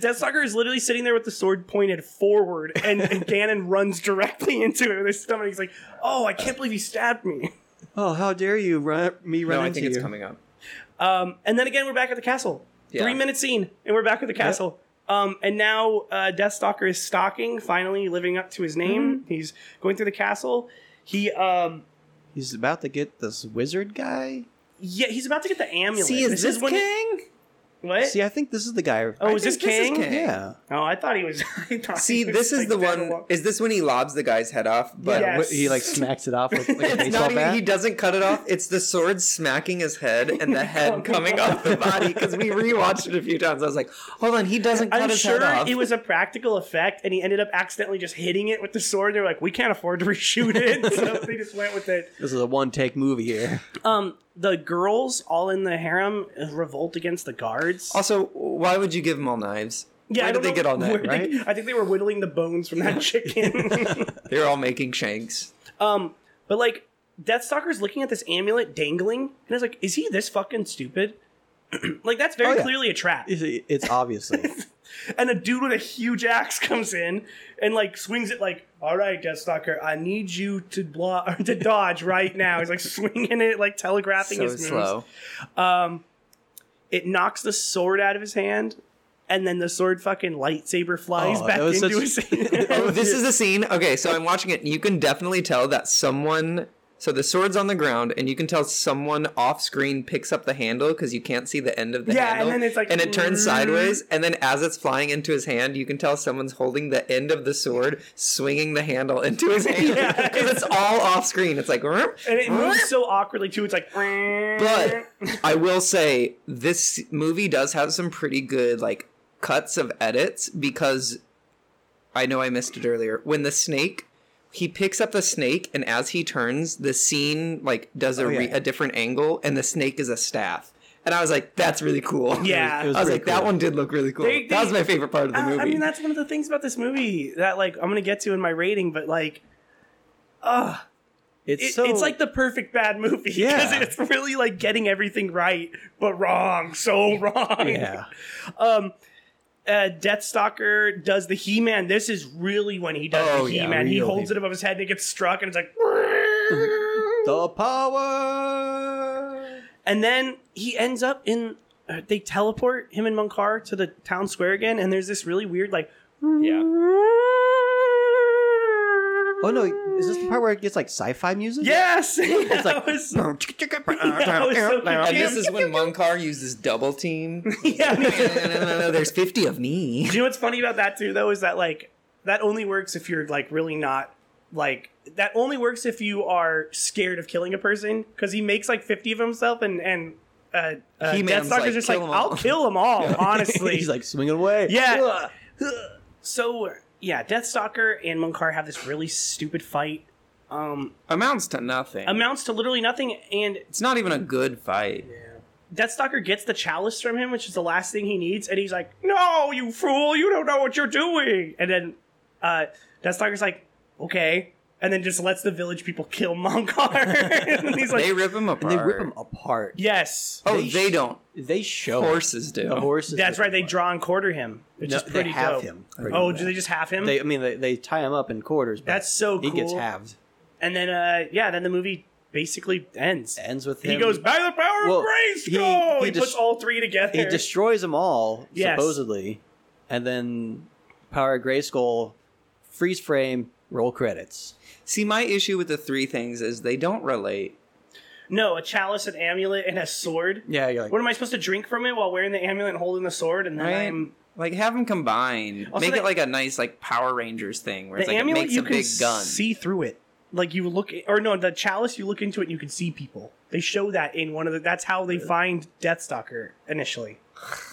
Speaker 1: Death Stalker is literally sitting there with the sword pointed forward, and, and Ganon runs directly into it with his stomach. He's like, "Oh, I can't believe he stabbed me."
Speaker 7: oh, how dare you run me run
Speaker 8: No, I
Speaker 7: into
Speaker 8: think
Speaker 7: you.
Speaker 8: it's coming up.
Speaker 1: And then again, we're back at the castle.
Speaker 8: Yeah.
Speaker 1: Three minute scene, and we're back at the castle. Um, and now uh, Deathstalker is stalking, finally living up to his name.
Speaker 8: Mm-hmm.
Speaker 1: He's going through the castle. He, um,
Speaker 7: He's about to get this wizard guy.
Speaker 1: yeah, he's about to get the amulet.
Speaker 8: See, is this,
Speaker 1: when-
Speaker 8: king?
Speaker 1: what?
Speaker 7: See, I think this is the guy.
Speaker 1: oh, is this
Speaker 8: think this is
Speaker 1: King?
Speaker 8: king.
Speaker 7: yeah.
Speaker 1: Oh, I thought he was. I thought
Speaker 8: See,
Speaker 1: he was,
Speaker 8: this is
Speaker 1: like,
Speaker 8: the
Speaker 1: down
Speaker 8: one.
Speaker 1: walk-
Speaker 8: Is this when he lobs the guy's head off? But
Speaker 1: Yeah.
Speaker 7: Wh- He like smacks it off with like a
Speaker 8: it's
Speaker 7: baseball
Speaker 8: not even.
Speaker 7: bat.
Speaker 8: He doesn't cut it off. It's the sword smacking his head and the
Speaker 1: Oh
Speaker 8: head coming off the body. Because we rewatched it a few times. I was like, hold on, he doesn't cut
Speaker 1: I'm
Speaker 8: his
Speaker 1: sure
Speaker 8: head off.
Speaker 1: it was a practical effect, and he ended up accidentally just hitting it with the sword. They're like, we can't afford to reshoot it, so they just went with it.
Speaker 7: this is a one take movie here.
Speaker 1: The girls, all in the harem, revolt against the guards.
Speaker 8: also, why would you give him all knives?
Speaker 1: Yeah,
Speaker 8: why
Speaker 1: I
Speaker 8: did
Speaker 1: don't
Speaker 8: they
Speaker 1: know
Speaker 8: get all
Speaker 1: where
Speaker 8: that?
Speaker 1: they-
Speaker 8: Right?
Speaker 1: I think they were whittling the bones from that chicken.
Speaker 8: They, are all making shanks.
Speaker 1: but like, Deathstalker's looking at this amulet dangling, and I was like, "Is he this fucking stupid?" like, that's very
Speaker 7: Oh, yeah.
Speaker 1: clearly a trap.
Speaker 7: It's, it's obviously.
Speaker 1: And a dude with a huge axe comes in and like swings it. Like, all right, Deathstalker, I need you to blo- or to dodge right now. He's like swinging it, like telegraphing
Speaker 8: So
Speaker 1: his moves.
Speaker 8: slow.
Speaker 1: It knocks the sword out of his hand. And then the sword fucking lightsaber flies
Speaker 7: Oh,
Speaker 1: back
Speaker 7: that was
Speaker 1: into
Speaker 7: such-
Speaker 1: his hand.
Speaker 8: Oh, this is a scene. Okay, so I'm watching it. and You can definitely tell that someone. So the sword's on the ground, and you can tell someone off screen picks up the handle because you can't see the end of the
Speaker 1: Yeah, and
Speaker 8: handle.
Speaker 1: then it's like- "Mm."
Speaker 8: and it turns sideways, and then as it's flying into his hand, you can tell someone's holding the end of the sword, swinging the handle into his hand because
Speaker 1: Yeah.
Speaker 8: it's all off screen. It's like, "Mm." "Rrrp,
Speaker 1: and it
Speaker 8: rrrp."
Speaker 1: moves so awkwardly too. It's like,
Speaker 8: but I will say this movie does have some pretty good like cuts of edits because I know I missed it earlier. When the snake he picks up the snake and as he turns, the scene like does a,
Speaker 7: Oh, yeah.
Speaker 8: re- a different angle and the snake is a staff. And I was like, that's really cool.
Speaker 1: Yeah. It was
Speaker 8: I was
Speaker 7: pretty
Speaker 8: like, that
Speaker 7: cool.
Speaker 8: one did look really cool.
Speaker 1: They- they-
Speaker 8: that was my favorite part of the
Speaker 1: I-
Speaker 8: movie.
Speaker 1: I mean, that's one of the things about this movie that, like, I'm gonna get to in my rating, but like,
Speaker 7: It's
Speaker 1: it,
Speaker 7: so.
Speaker 1: it's like the perfect bad movie because
Speaker 7: Yeah.
Speaker 1: it's really like getting everything right but wrong, so wrong.
Speaker 7: Yeah.
Speaker 1: Uh, Deathstalker does the He-Man. This is really when he does
Speaker 8: Oh,
Speaker 1: the
Speaker 8: yeah,
Speaker 1: He-Man. he
Speaker 7: really.
Speaker 1: holds it above his head and it gets struck, and it's like,
Speaker 7: The power.
Speaker 1: and then he ends up in. Uh, they teleport him and Monkar to the town square again, and there's this really weird like.
Speaker 9: Yeah.
Speaker 7: Oh no! Is this the part where it gets like sci-fi music?
Speaker 1: Yes, it's
Speaker 7: like-
Speaker 1: I was so
Speaker 8: and this
Speaker 1: confused.
Speaker 8: is when Munkar uses double team.
Speaker 1: yeah.
Speaker 8: There's 50 of me.
Speaker 1: Do you know what's funny about that too though is that like that only works if you're like really not like that only works if you are scared of killing a person because he makes like 50 of himself and and uh, uh
Speaker 8: He-Man's
Speaker 1: Deathstalker's
Speaker 8: like,
Speaker 1: just
Speaker 8: "Kill
Speaker 1: like
Speaker 8: 'em all."
Speaker 1: I'll kill them all honestly
Speaker 7: He's like swinging away.
Speaker 1: yeah so yeah Deathstalker and Munkar have this really stupid fight
Speaker 8: Amounts to nothing.
Speaker 1: amounts to literally nothing and
Speaker 8: It's not even a good fight.
Speaker 1: Deathstalker gets the chalice from him, which is the last thing he needs, and he's like, "No, you fool! You don't know what you're doing!" And then uh, Deathstalker's like, "Okay," and then just lets the village people kill Monkar. and he's like,
Speaker 8: they rip him apart.
Speaker 7: And they rip them apart.
Speaker 1: "Yes,
Speaker 8: Oh,
Speaker 7: They
Speaker 8: they,
Speaker 7: sh-
Speaker 8: don't.
Speaker 7: They show it.
Speaker 8: Horses do.
Speaker 7: The horses.
Speaker 1: that's
Speaker 7: rip
Speaker 1: right. They
Speaker 7: 'em apart.
Speaker 1: draw and quarter him, which
Speaker 7: No,
Speaker 1: is pretty
Speaker 7: they have
Speaker 1: dope.
Speaker 7: him.
Speaker 1: Oh, do they just have him?
Speaker 7: They, I mean, they, they tie him up in quarters. But
Speaker 1: That's so
Speaker 7: He gets
Speaker 1: cool.
Speaker 7: halved.
Speaker 1: and then, uh, yeah, then the movie basically ends.
Speaker 7: Ends with him.
Speaker 1: He goes by the power
Speaker 7: Well,
Speaker 1: of grace.
Speaker 7: he-
Speaker 1: Go!
Speaker 7: he
Speaker 1: He, puts
Speaker 7: dest-
Speaker 1: all three together.
Speaker 7: He destroys them all,
Speaker 1: Yes.
Speaker 7: supposedly, and then Power of Grayskull, freeze frame, roll credits.
Speaker 8: See, my issue with the three things is they don't relate.
Speaker 1: no, a chalice, an amulet, and a sword.
Speaker 7: Yeah, you're like,
Speaker 1: What am I supposed to drink from it while wearing the amulet and holding the sword? And then
Speaker 8: Right?
Speaker 1: I'm
Speaker 8: Like have them combined.
Speaker 1: Also,
Speaker 8: Make
Speaker 1: they-
Speaker 8: it like a nice like Power Rangers thing where
Speaker 1: the
Speaker 8: it's like it
Speaker 1: amulet
Speaker 8: makes
Speaker 1: you
Speaker 8: a
Speaker 1: can
Speaker 8: big gun.
Speaker 1: see through it. Like you look, or no, the chalice you look into it and you can see people. They show that in one of the. That's how they find Deathstalker initially.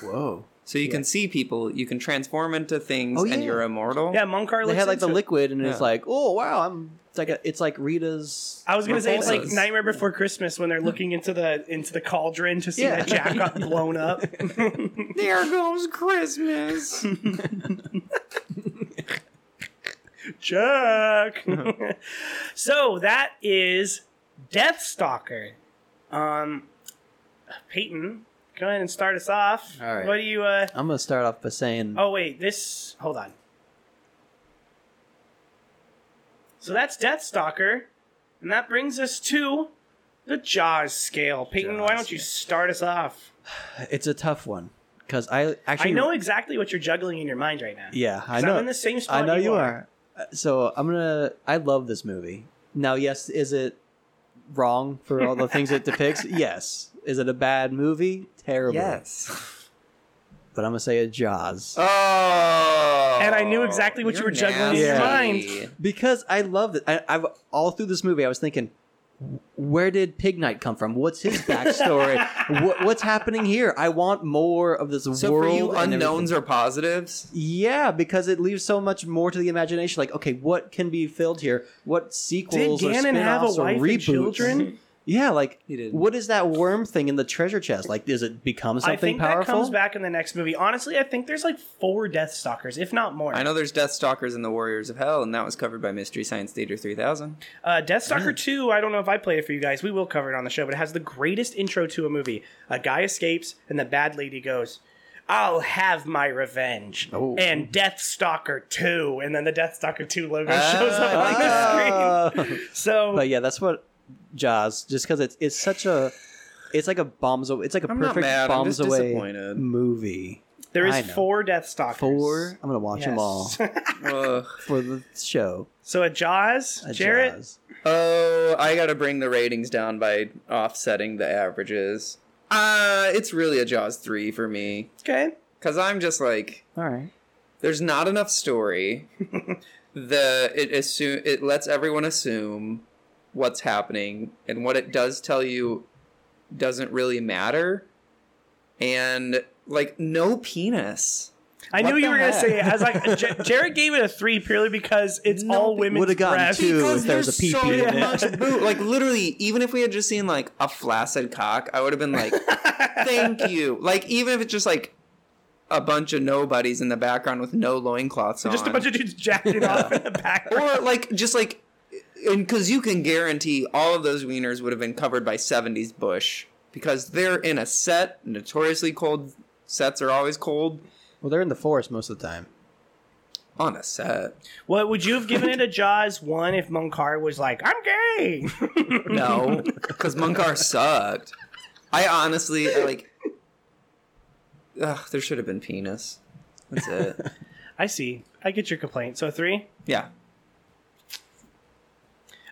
Speaker 7: whoa.
Speaker 8: so you can see people, you can transform into things,
Speaker 7: Oh,
Speaker 8: and
Speaker 7: yeah.
Speaker 8: you're immortal.
Speaker 1: Yeah, Munkar.
Speaker 7: They
Speaker 1: looks
Speaker 7: had like the
Speaker 1: into it.
Speaker 7: liquid, and it's
Speaker 8: Yeah.
Speaker 7: like, oh wow, I'm. It's like a, it's like Rita's.
Speaker 1: I was gonna say it's like
Speaker 8: Repulsors.
Speaker 1: Nightmare Before Christmas when they're looking into the into the cauldron to see
Speaker 7: Yeah.
Speaker 1: that Jack got blown up.
Speaker 8: There goes Christmas.
Speaker 1: Jack. so that is Deathstalker. Um, Peyton, go ahead and start us off.
Speaker 7: All right.
Speaker 1: What do you? Uh,
Speaker 7: I'm gonna start off by saying,
Speaker 1: oh wait, this. Hold on. So that's Deathstalker, and that brings us to the Jaws scale. Peyton, why
Speaker 7: Jaws
Speaker 1: don't you start us off?
Speaker 7: it's a tough one because I
Speaker 1: I
Speaker 7: actually
Speaker 1: know exactly what you're juggling in your mind right now.
Speaker 7: Yeah, I
Speaker 1: 'Cause
Speaker 7: know.
Speaker 1: I'm in the same spot
Speaker 7: I know
Speaker 1: you
Speaker 7: you,
Speaker 1: are.
Speaker 7: are. Uh, So I'm gonna. I love this movie. Now, yes, is it wrong for all the things it depicts? Yes. Is it a bad movie? Terrible.
Speaker 8: yes.
Speaker 7: But I'm gonna say a Jaws
Speaker 8: Oh.
Speaker 1: And I knew exactly what you
Speaker 8: You're
Speaker 1: were juggling in your
Speaker 8: nasty.
Speaker 1: mind.
Speaker 7: because I love it. I, I've all through this movie, I was thinking, where did Pig Knight come from? What's his backstory? what, what's happening here? I want more of this
Speaker 8: So
Speaker 7: world.
Speaker 8: for you,
Speaker 7: and
Speaker 8: unknowns
Speaker 7: everything.
Speaker 8: are positives.
Speaker 7: Yeah, because it leaves so much more to the imagination. Like, okay, what can be filled here? What
Speaker 1: Did
Speaker 7: sequels
Speaker 1: Gannon
Speaker 7: or
Speaker 1: have a
Speaker 7: spin-offs or
Speaker 1: wife and
Speaker 7: reboots?
Speaker 1: children?
Speaker 7: Yeah, like,
Speaker 8: He didn't.
Speaker 7: what is that worm thing in the treasure chest? Like, does it become something
Speaker 1: I think
Speaker 7: powerful?
Speaker 1: that comes back in the next movie. Honestly, I think there's like four Death Stalkers, if not more.
Speaker 8: I know there's Deathstalkers and the Warriors of Hell, and that was covered by Mystery Science Theater 3000.
Speaker 1: Uh, Death Stalker 2, I don't know if I played it for you guys. We will cover it on the show, but it has the greatest intro to a movie. A guy escapes, and the bad lady goes, I'll have my revenge.
Speaker 7: Oh.
Speaker 1: And Death Stalker 2. And then the Death Stalker 2 logo shows up on the
Speaker 7: Oh.
Speaker 1: screen. So,
Speaker 7: but yeah, that's what Jaws. Just because it's it's such a, it's like a bombs. aw- It's like a
Speaker 8: I'm not
Speaker 7: perfect
Speaker 8: mad, I'm
Speaker 7: bombs
Speaker 8: just
Speaker 7: away
Speaker 8: disappointed.
Speaker 7: movie.
Speaker 1: there
Speaker 7: I
Speaker 1: is
Speaker 7: know.
Speaker 1: four Death Stalkers.
Speaker 7: Four. I'm gonna watch them
Speaker 1: Yes.
Speaker 7: all
Speaker 8: Ugh.
Speaker 7: for the show.
Speaker 1: so, a Jaws,
Speaker 7: A
Speaker 1: Jarrett,
Speaker 7: Jaws.
Speaker 8: Oh, I gotta bring the ratings down by offsetting the averages. Uh, it's really a Jaws 3 for me.
Speaker 1: okay.
Speaker 8: Cause I'm just like,
Speaker 7: All right.
Speaker 8: there's not enough story. the it assume it lets everyone assume what's happening, and what it does tell you doesn't really matter. And like no penis.
Speaker 1: I
Speaker 8: What
Speaker 1: knew you
Speaker 8: the
Speaker 1: were going to
Speaker 8: heck?
Speaker 1: say it. I was like, J- Jared gave it a three purely because it's all women's
Speaker 7: Would have gotten
Speaker 1: breasts.
Speaker 7: two if there was a pee
Speaker 8: so
Speaker 7: pee in it.
Speaker 8: much boob. Like literally, even if we had just seen like a flaccid cock, I would have been like, "Thank you." Like even if it's just like a bunch of nobodies in the background with no loincloths on,
Speaker 1: Just a bunch of dudes jacking off in the background.
Speaker 8: or like just like, and because you can guarantee all of those wieners would have been covered by '70s bush because they're in a set, notoriously cold. Sets are always cold
Speaker 7: Well, they're in the forest most of the time.
Speaker 8: on a set.
Speaker 1: What would you have given it a Jaws one if Munkar was like, "I'm gay"?
Speaker 8: No, because Munkar sucked. I honestly I, like. Ugh, there should have been penis. That's it.
Speaker 1: I see. I get your complaint. So three.
Speaker 8: Yeah.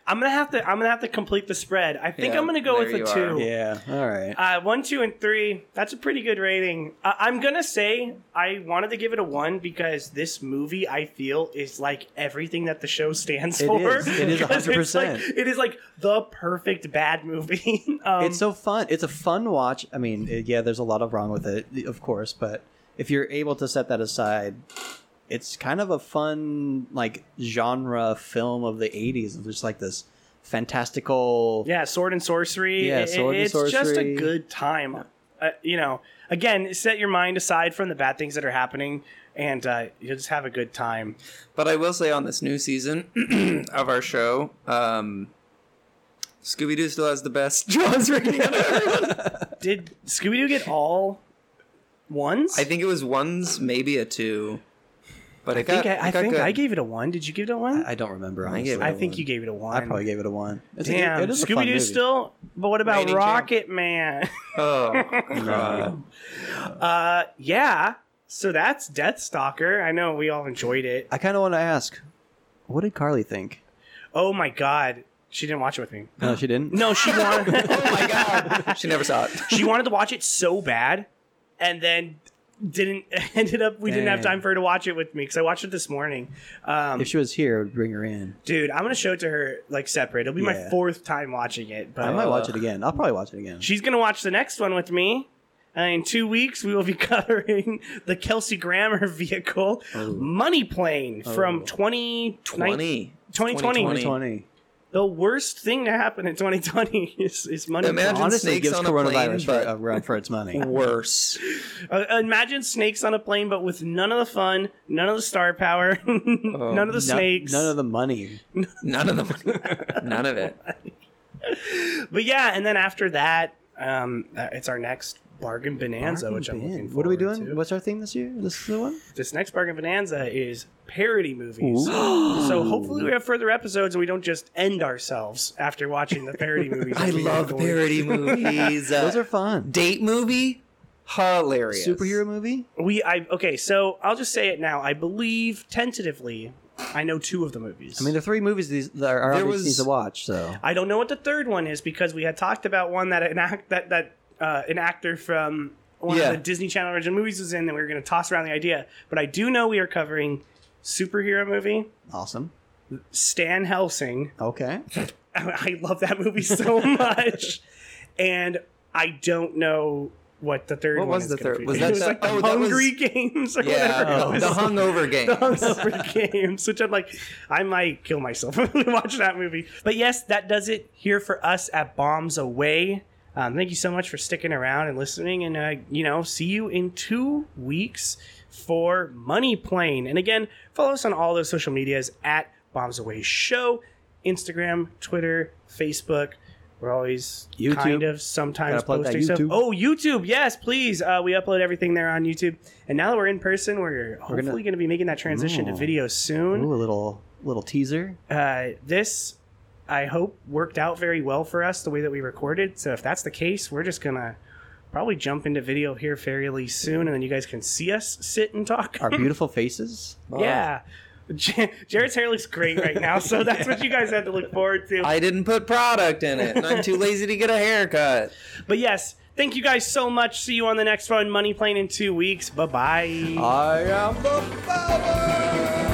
Speaker 1: I'm gonna have to. I'm gonna have to complete the spread. I think
Speaker 8: Yeah,
Speaker 1: I'm gonna go with
Speaker 8: there
Speaker 1: a
Speaker 8: you
Speaker 1: two.
Speaker 8: are.
Speaker 7: Yeah. All right.
Speaker 1: Uh, one, two, and three. That's a pretty good rating. I I'm gonna say I wanted to give it a one because this movie I feel is like everything that the show stands
Speaker 7: It
Speaker 1: for.
Speaker 7: is. It is
Speaker 1: 'Cause it's like-
Speaker 7: 100%.
Speaker 1: It is like the perfect bad movie. um,
Speaker 7: it's so fun. It's a fun watch. I mean, it- yeah, there's a lot of wrong with it, of course, but if you're able to set that aside, it's kind of a fun like genre film of the '80s of just like this fantastical.
Speaker 1: yeah, sword and sorcery.
Speaker 7: Yeah,
Speaker 1: It-
Speaker 7: sword and
Speaker 1: it's just a
Speaker 7: sorcery.
Speaker 1: good time. uh, you know, again, set your mind aside from the bad things that are happening, and uh, you'll just have a good time.
Speaker 8: But I will say on this new season of our show, um, Scooby Doo still has the best Jaws rating. out of everyone.
Speaker 1: Did Scooby Doo get all ones?
Speaker 8: I think it was ones, maybe a two. But it
Speaker 1: I think
Speaker 8: got,
Speaker 1: I, I
Speaker 8: it got
Speaker 1: think
Speaker 8: good.
Speaker 1: I gave it a one. Did you give it a one? I,
Speaker 7: I don't remember.
Speaker 8: I gave
Speaker 7: Honestly.
Speaker 8: it a
Speaker 1: think
Speaker 8: one.
Speaker 1: you gave it a one.
Speaker 7: I probably gave it a one. It's a-
Speaker 1: Damn,
Speaker 7: it is a fun
Speaker 1: Scooby Doo
Speaker 7: movie.
Speaker 1: still. But what about
Speaker 8: Reigning champ.
Speaker 1: Rocket Man?
Speaker 8: Oh,
Speaker 1: yeah. So that's Death Stalker. I know we all enjoyed it.
Speaker 7: I kind of want to ask, what did Carly think?
Speaker 1: Oh my god, she didn't watch it with me.
Speaker 7: No, she didn't.
Speaker 1: No, she wanted.
Speaker 7: Oh
Speaker 8: she never saw it.
Speaker 1: she wanted to watch it so bad and then didn't ended up we didn't have
Speaker 7: Dang.
Speaker 1: time for her to watch it with me because i watched it this morning um
Speaker 7: If she was here, I would bring her in.
Speaker 1: dude i'm gonna show it to her like separate it'll be my
Speaker 7: Yeah.
Speaker 1: fourth time watching it but
Speaker 7: I might
Speaker 8: uh,
Speaker 7: watch it again. I'll probably watch it again.
Speaker 1: she's gonna watch the next one with me Uh, in two weeks, we will be covering the Kelsey Grammer vehicle, Money Plane, from 2020.
Speaker 8: 20.
Speaker 1: 2020.
Speaker 8: 2020.
Speaker 7: Twenty.
Speaker 1: The worst thing to happen in 2020 is, is Money
Speaker 8: Imagine
Speaker 1: Plane.
Speaker 7: Honestly,
Speaker 8: snakes
Speaker 7: gives
Speaker 8: on a plane,
Speaker 7: coronavirus
Speaker 8: but-
Speaker 7: for, a run for its money.
Speaker 8: Worse.
Speaker 1: Uh, imagine snakes on a plane, but with none of the fun, none of the star power,
Speaker 8: Oh.
Speaker 1: none of the
Speaker 7: No-
Speaker 1: snakes.
Speaker 7: None of the money.
Speaker 8: None of them. None of it.
Speaker 1: but yeah, and then after that, um, uh, it's our next bargain bonanza,
Speaker 7: Bargain
Speaker 1: which I'm looking
Speaker 7: bin.
Speaker 1: forward
Speaker 7: What are we doing?
Speaker 1: to.
Speaker 7: What's our theme this year? This is the one.
Speaker 1: this next bargain bonanza is parody movies. so hopefully we have further episodes and we don't just end ourselves after watching the parody movies.
Speaker 8: I
Speaker 1: that we
Speaker 8: love
Speaker 1: enjoyed.
Speaker 8: parody movies.
Speaker 7: Those
Speaker 8: Uh,
Speaker 7: are fun.
Speaker 8: date movie, hilarious.
Speaker 7: Superhero movie.
Speaker 1: We I okay, so I'll just say it now. I believe tentatively, I know two of the movies.
Speaker 7: I mean, there are three movies these that are
Speaker 8: There
Speaker 7: obvious
Speaker 8: was-
Speaker 7: needs to watch. So
Speaker 1: I don't know what the third one is because we had talked about one that an act that that uh, an actor from one
Speaker 8: Yeah.
Speaker 1: of the Disney Channel original movies was in, and we were going to toss around the idea. But I do know we are covering superhero movie
Speaker 7: awesome.
Speaker 1: Stan Helsing.
Speaker 7: Okay.
Speaker 1: I love that movie so much, and I don't know what the third
Speaker 8: What
Speaker 1: one
Speaker 8: was
Speaker 1: is
Speaker 8: the
Speaker 1: gonna
Speaker 8: third-
Speaker 1: be.
Speaker 8: was
Speaker 1: it
Speaker 8: that
Speaker 1: was
Speaker 8: the-
Speaker 1: like the
Speaker 8: oh, that was-
Speaker 1: Hungry Games or
Speaker 8: Yeah,
Speaker 1: whatever. it
Speaker 8: the
Speaker 1: was.
Speaker 8: hungover game.
Speaker 1: Hungover Games, which I'm like, I might kill myself if we watch that movie. But yes, that does it here for us at Bombs Away. Um, thank you so much for sticking around and listening, and uh, you know, see you in two weeks for Money Plane. And again, follow us on all those social medias at Bombs Away Show, Instagram, Twitter, Facebook. We're always
Speaker 7: YouTube.
Speaker 1: kind of sometimes
Speaker 7: Gotta plug that
Speaker 1: posting stuff.
Speaker 7: YouTube.
Speaker 1: Oh, YouTube, yes, please. Uh, we upload everything there on YouTube. And now that we're in person, we're,
Speaker 7: gonna-
Speaker 1: hopefully going to be making that transition to
Speaker 7: Ooh.
Speaker 1: video
Speaker 7: Oh. Ooh,
Speaker 1: soon.
Speaker 7: a little little teaser.
Speaker 1: Uh, this, I hope, worked out very well for us the way that we recorded. So if that's the case, we're just going to probably jump into video here fairly soon, and then you guys can see us sit and talk.
Speaker 7: Our beautiful faces.
Speaker 1: yeah. J- Jared's hair looks great right now, so that's what you guys have to look forward to.
Speaker 8: I didn't put product in it, and I'm too lazy to get a haircut.
Speaker 1: but yes, thank you guys so much. See you on the next one. Money Plane in two weeks. Bye bye.
Speaker 7: I am the power.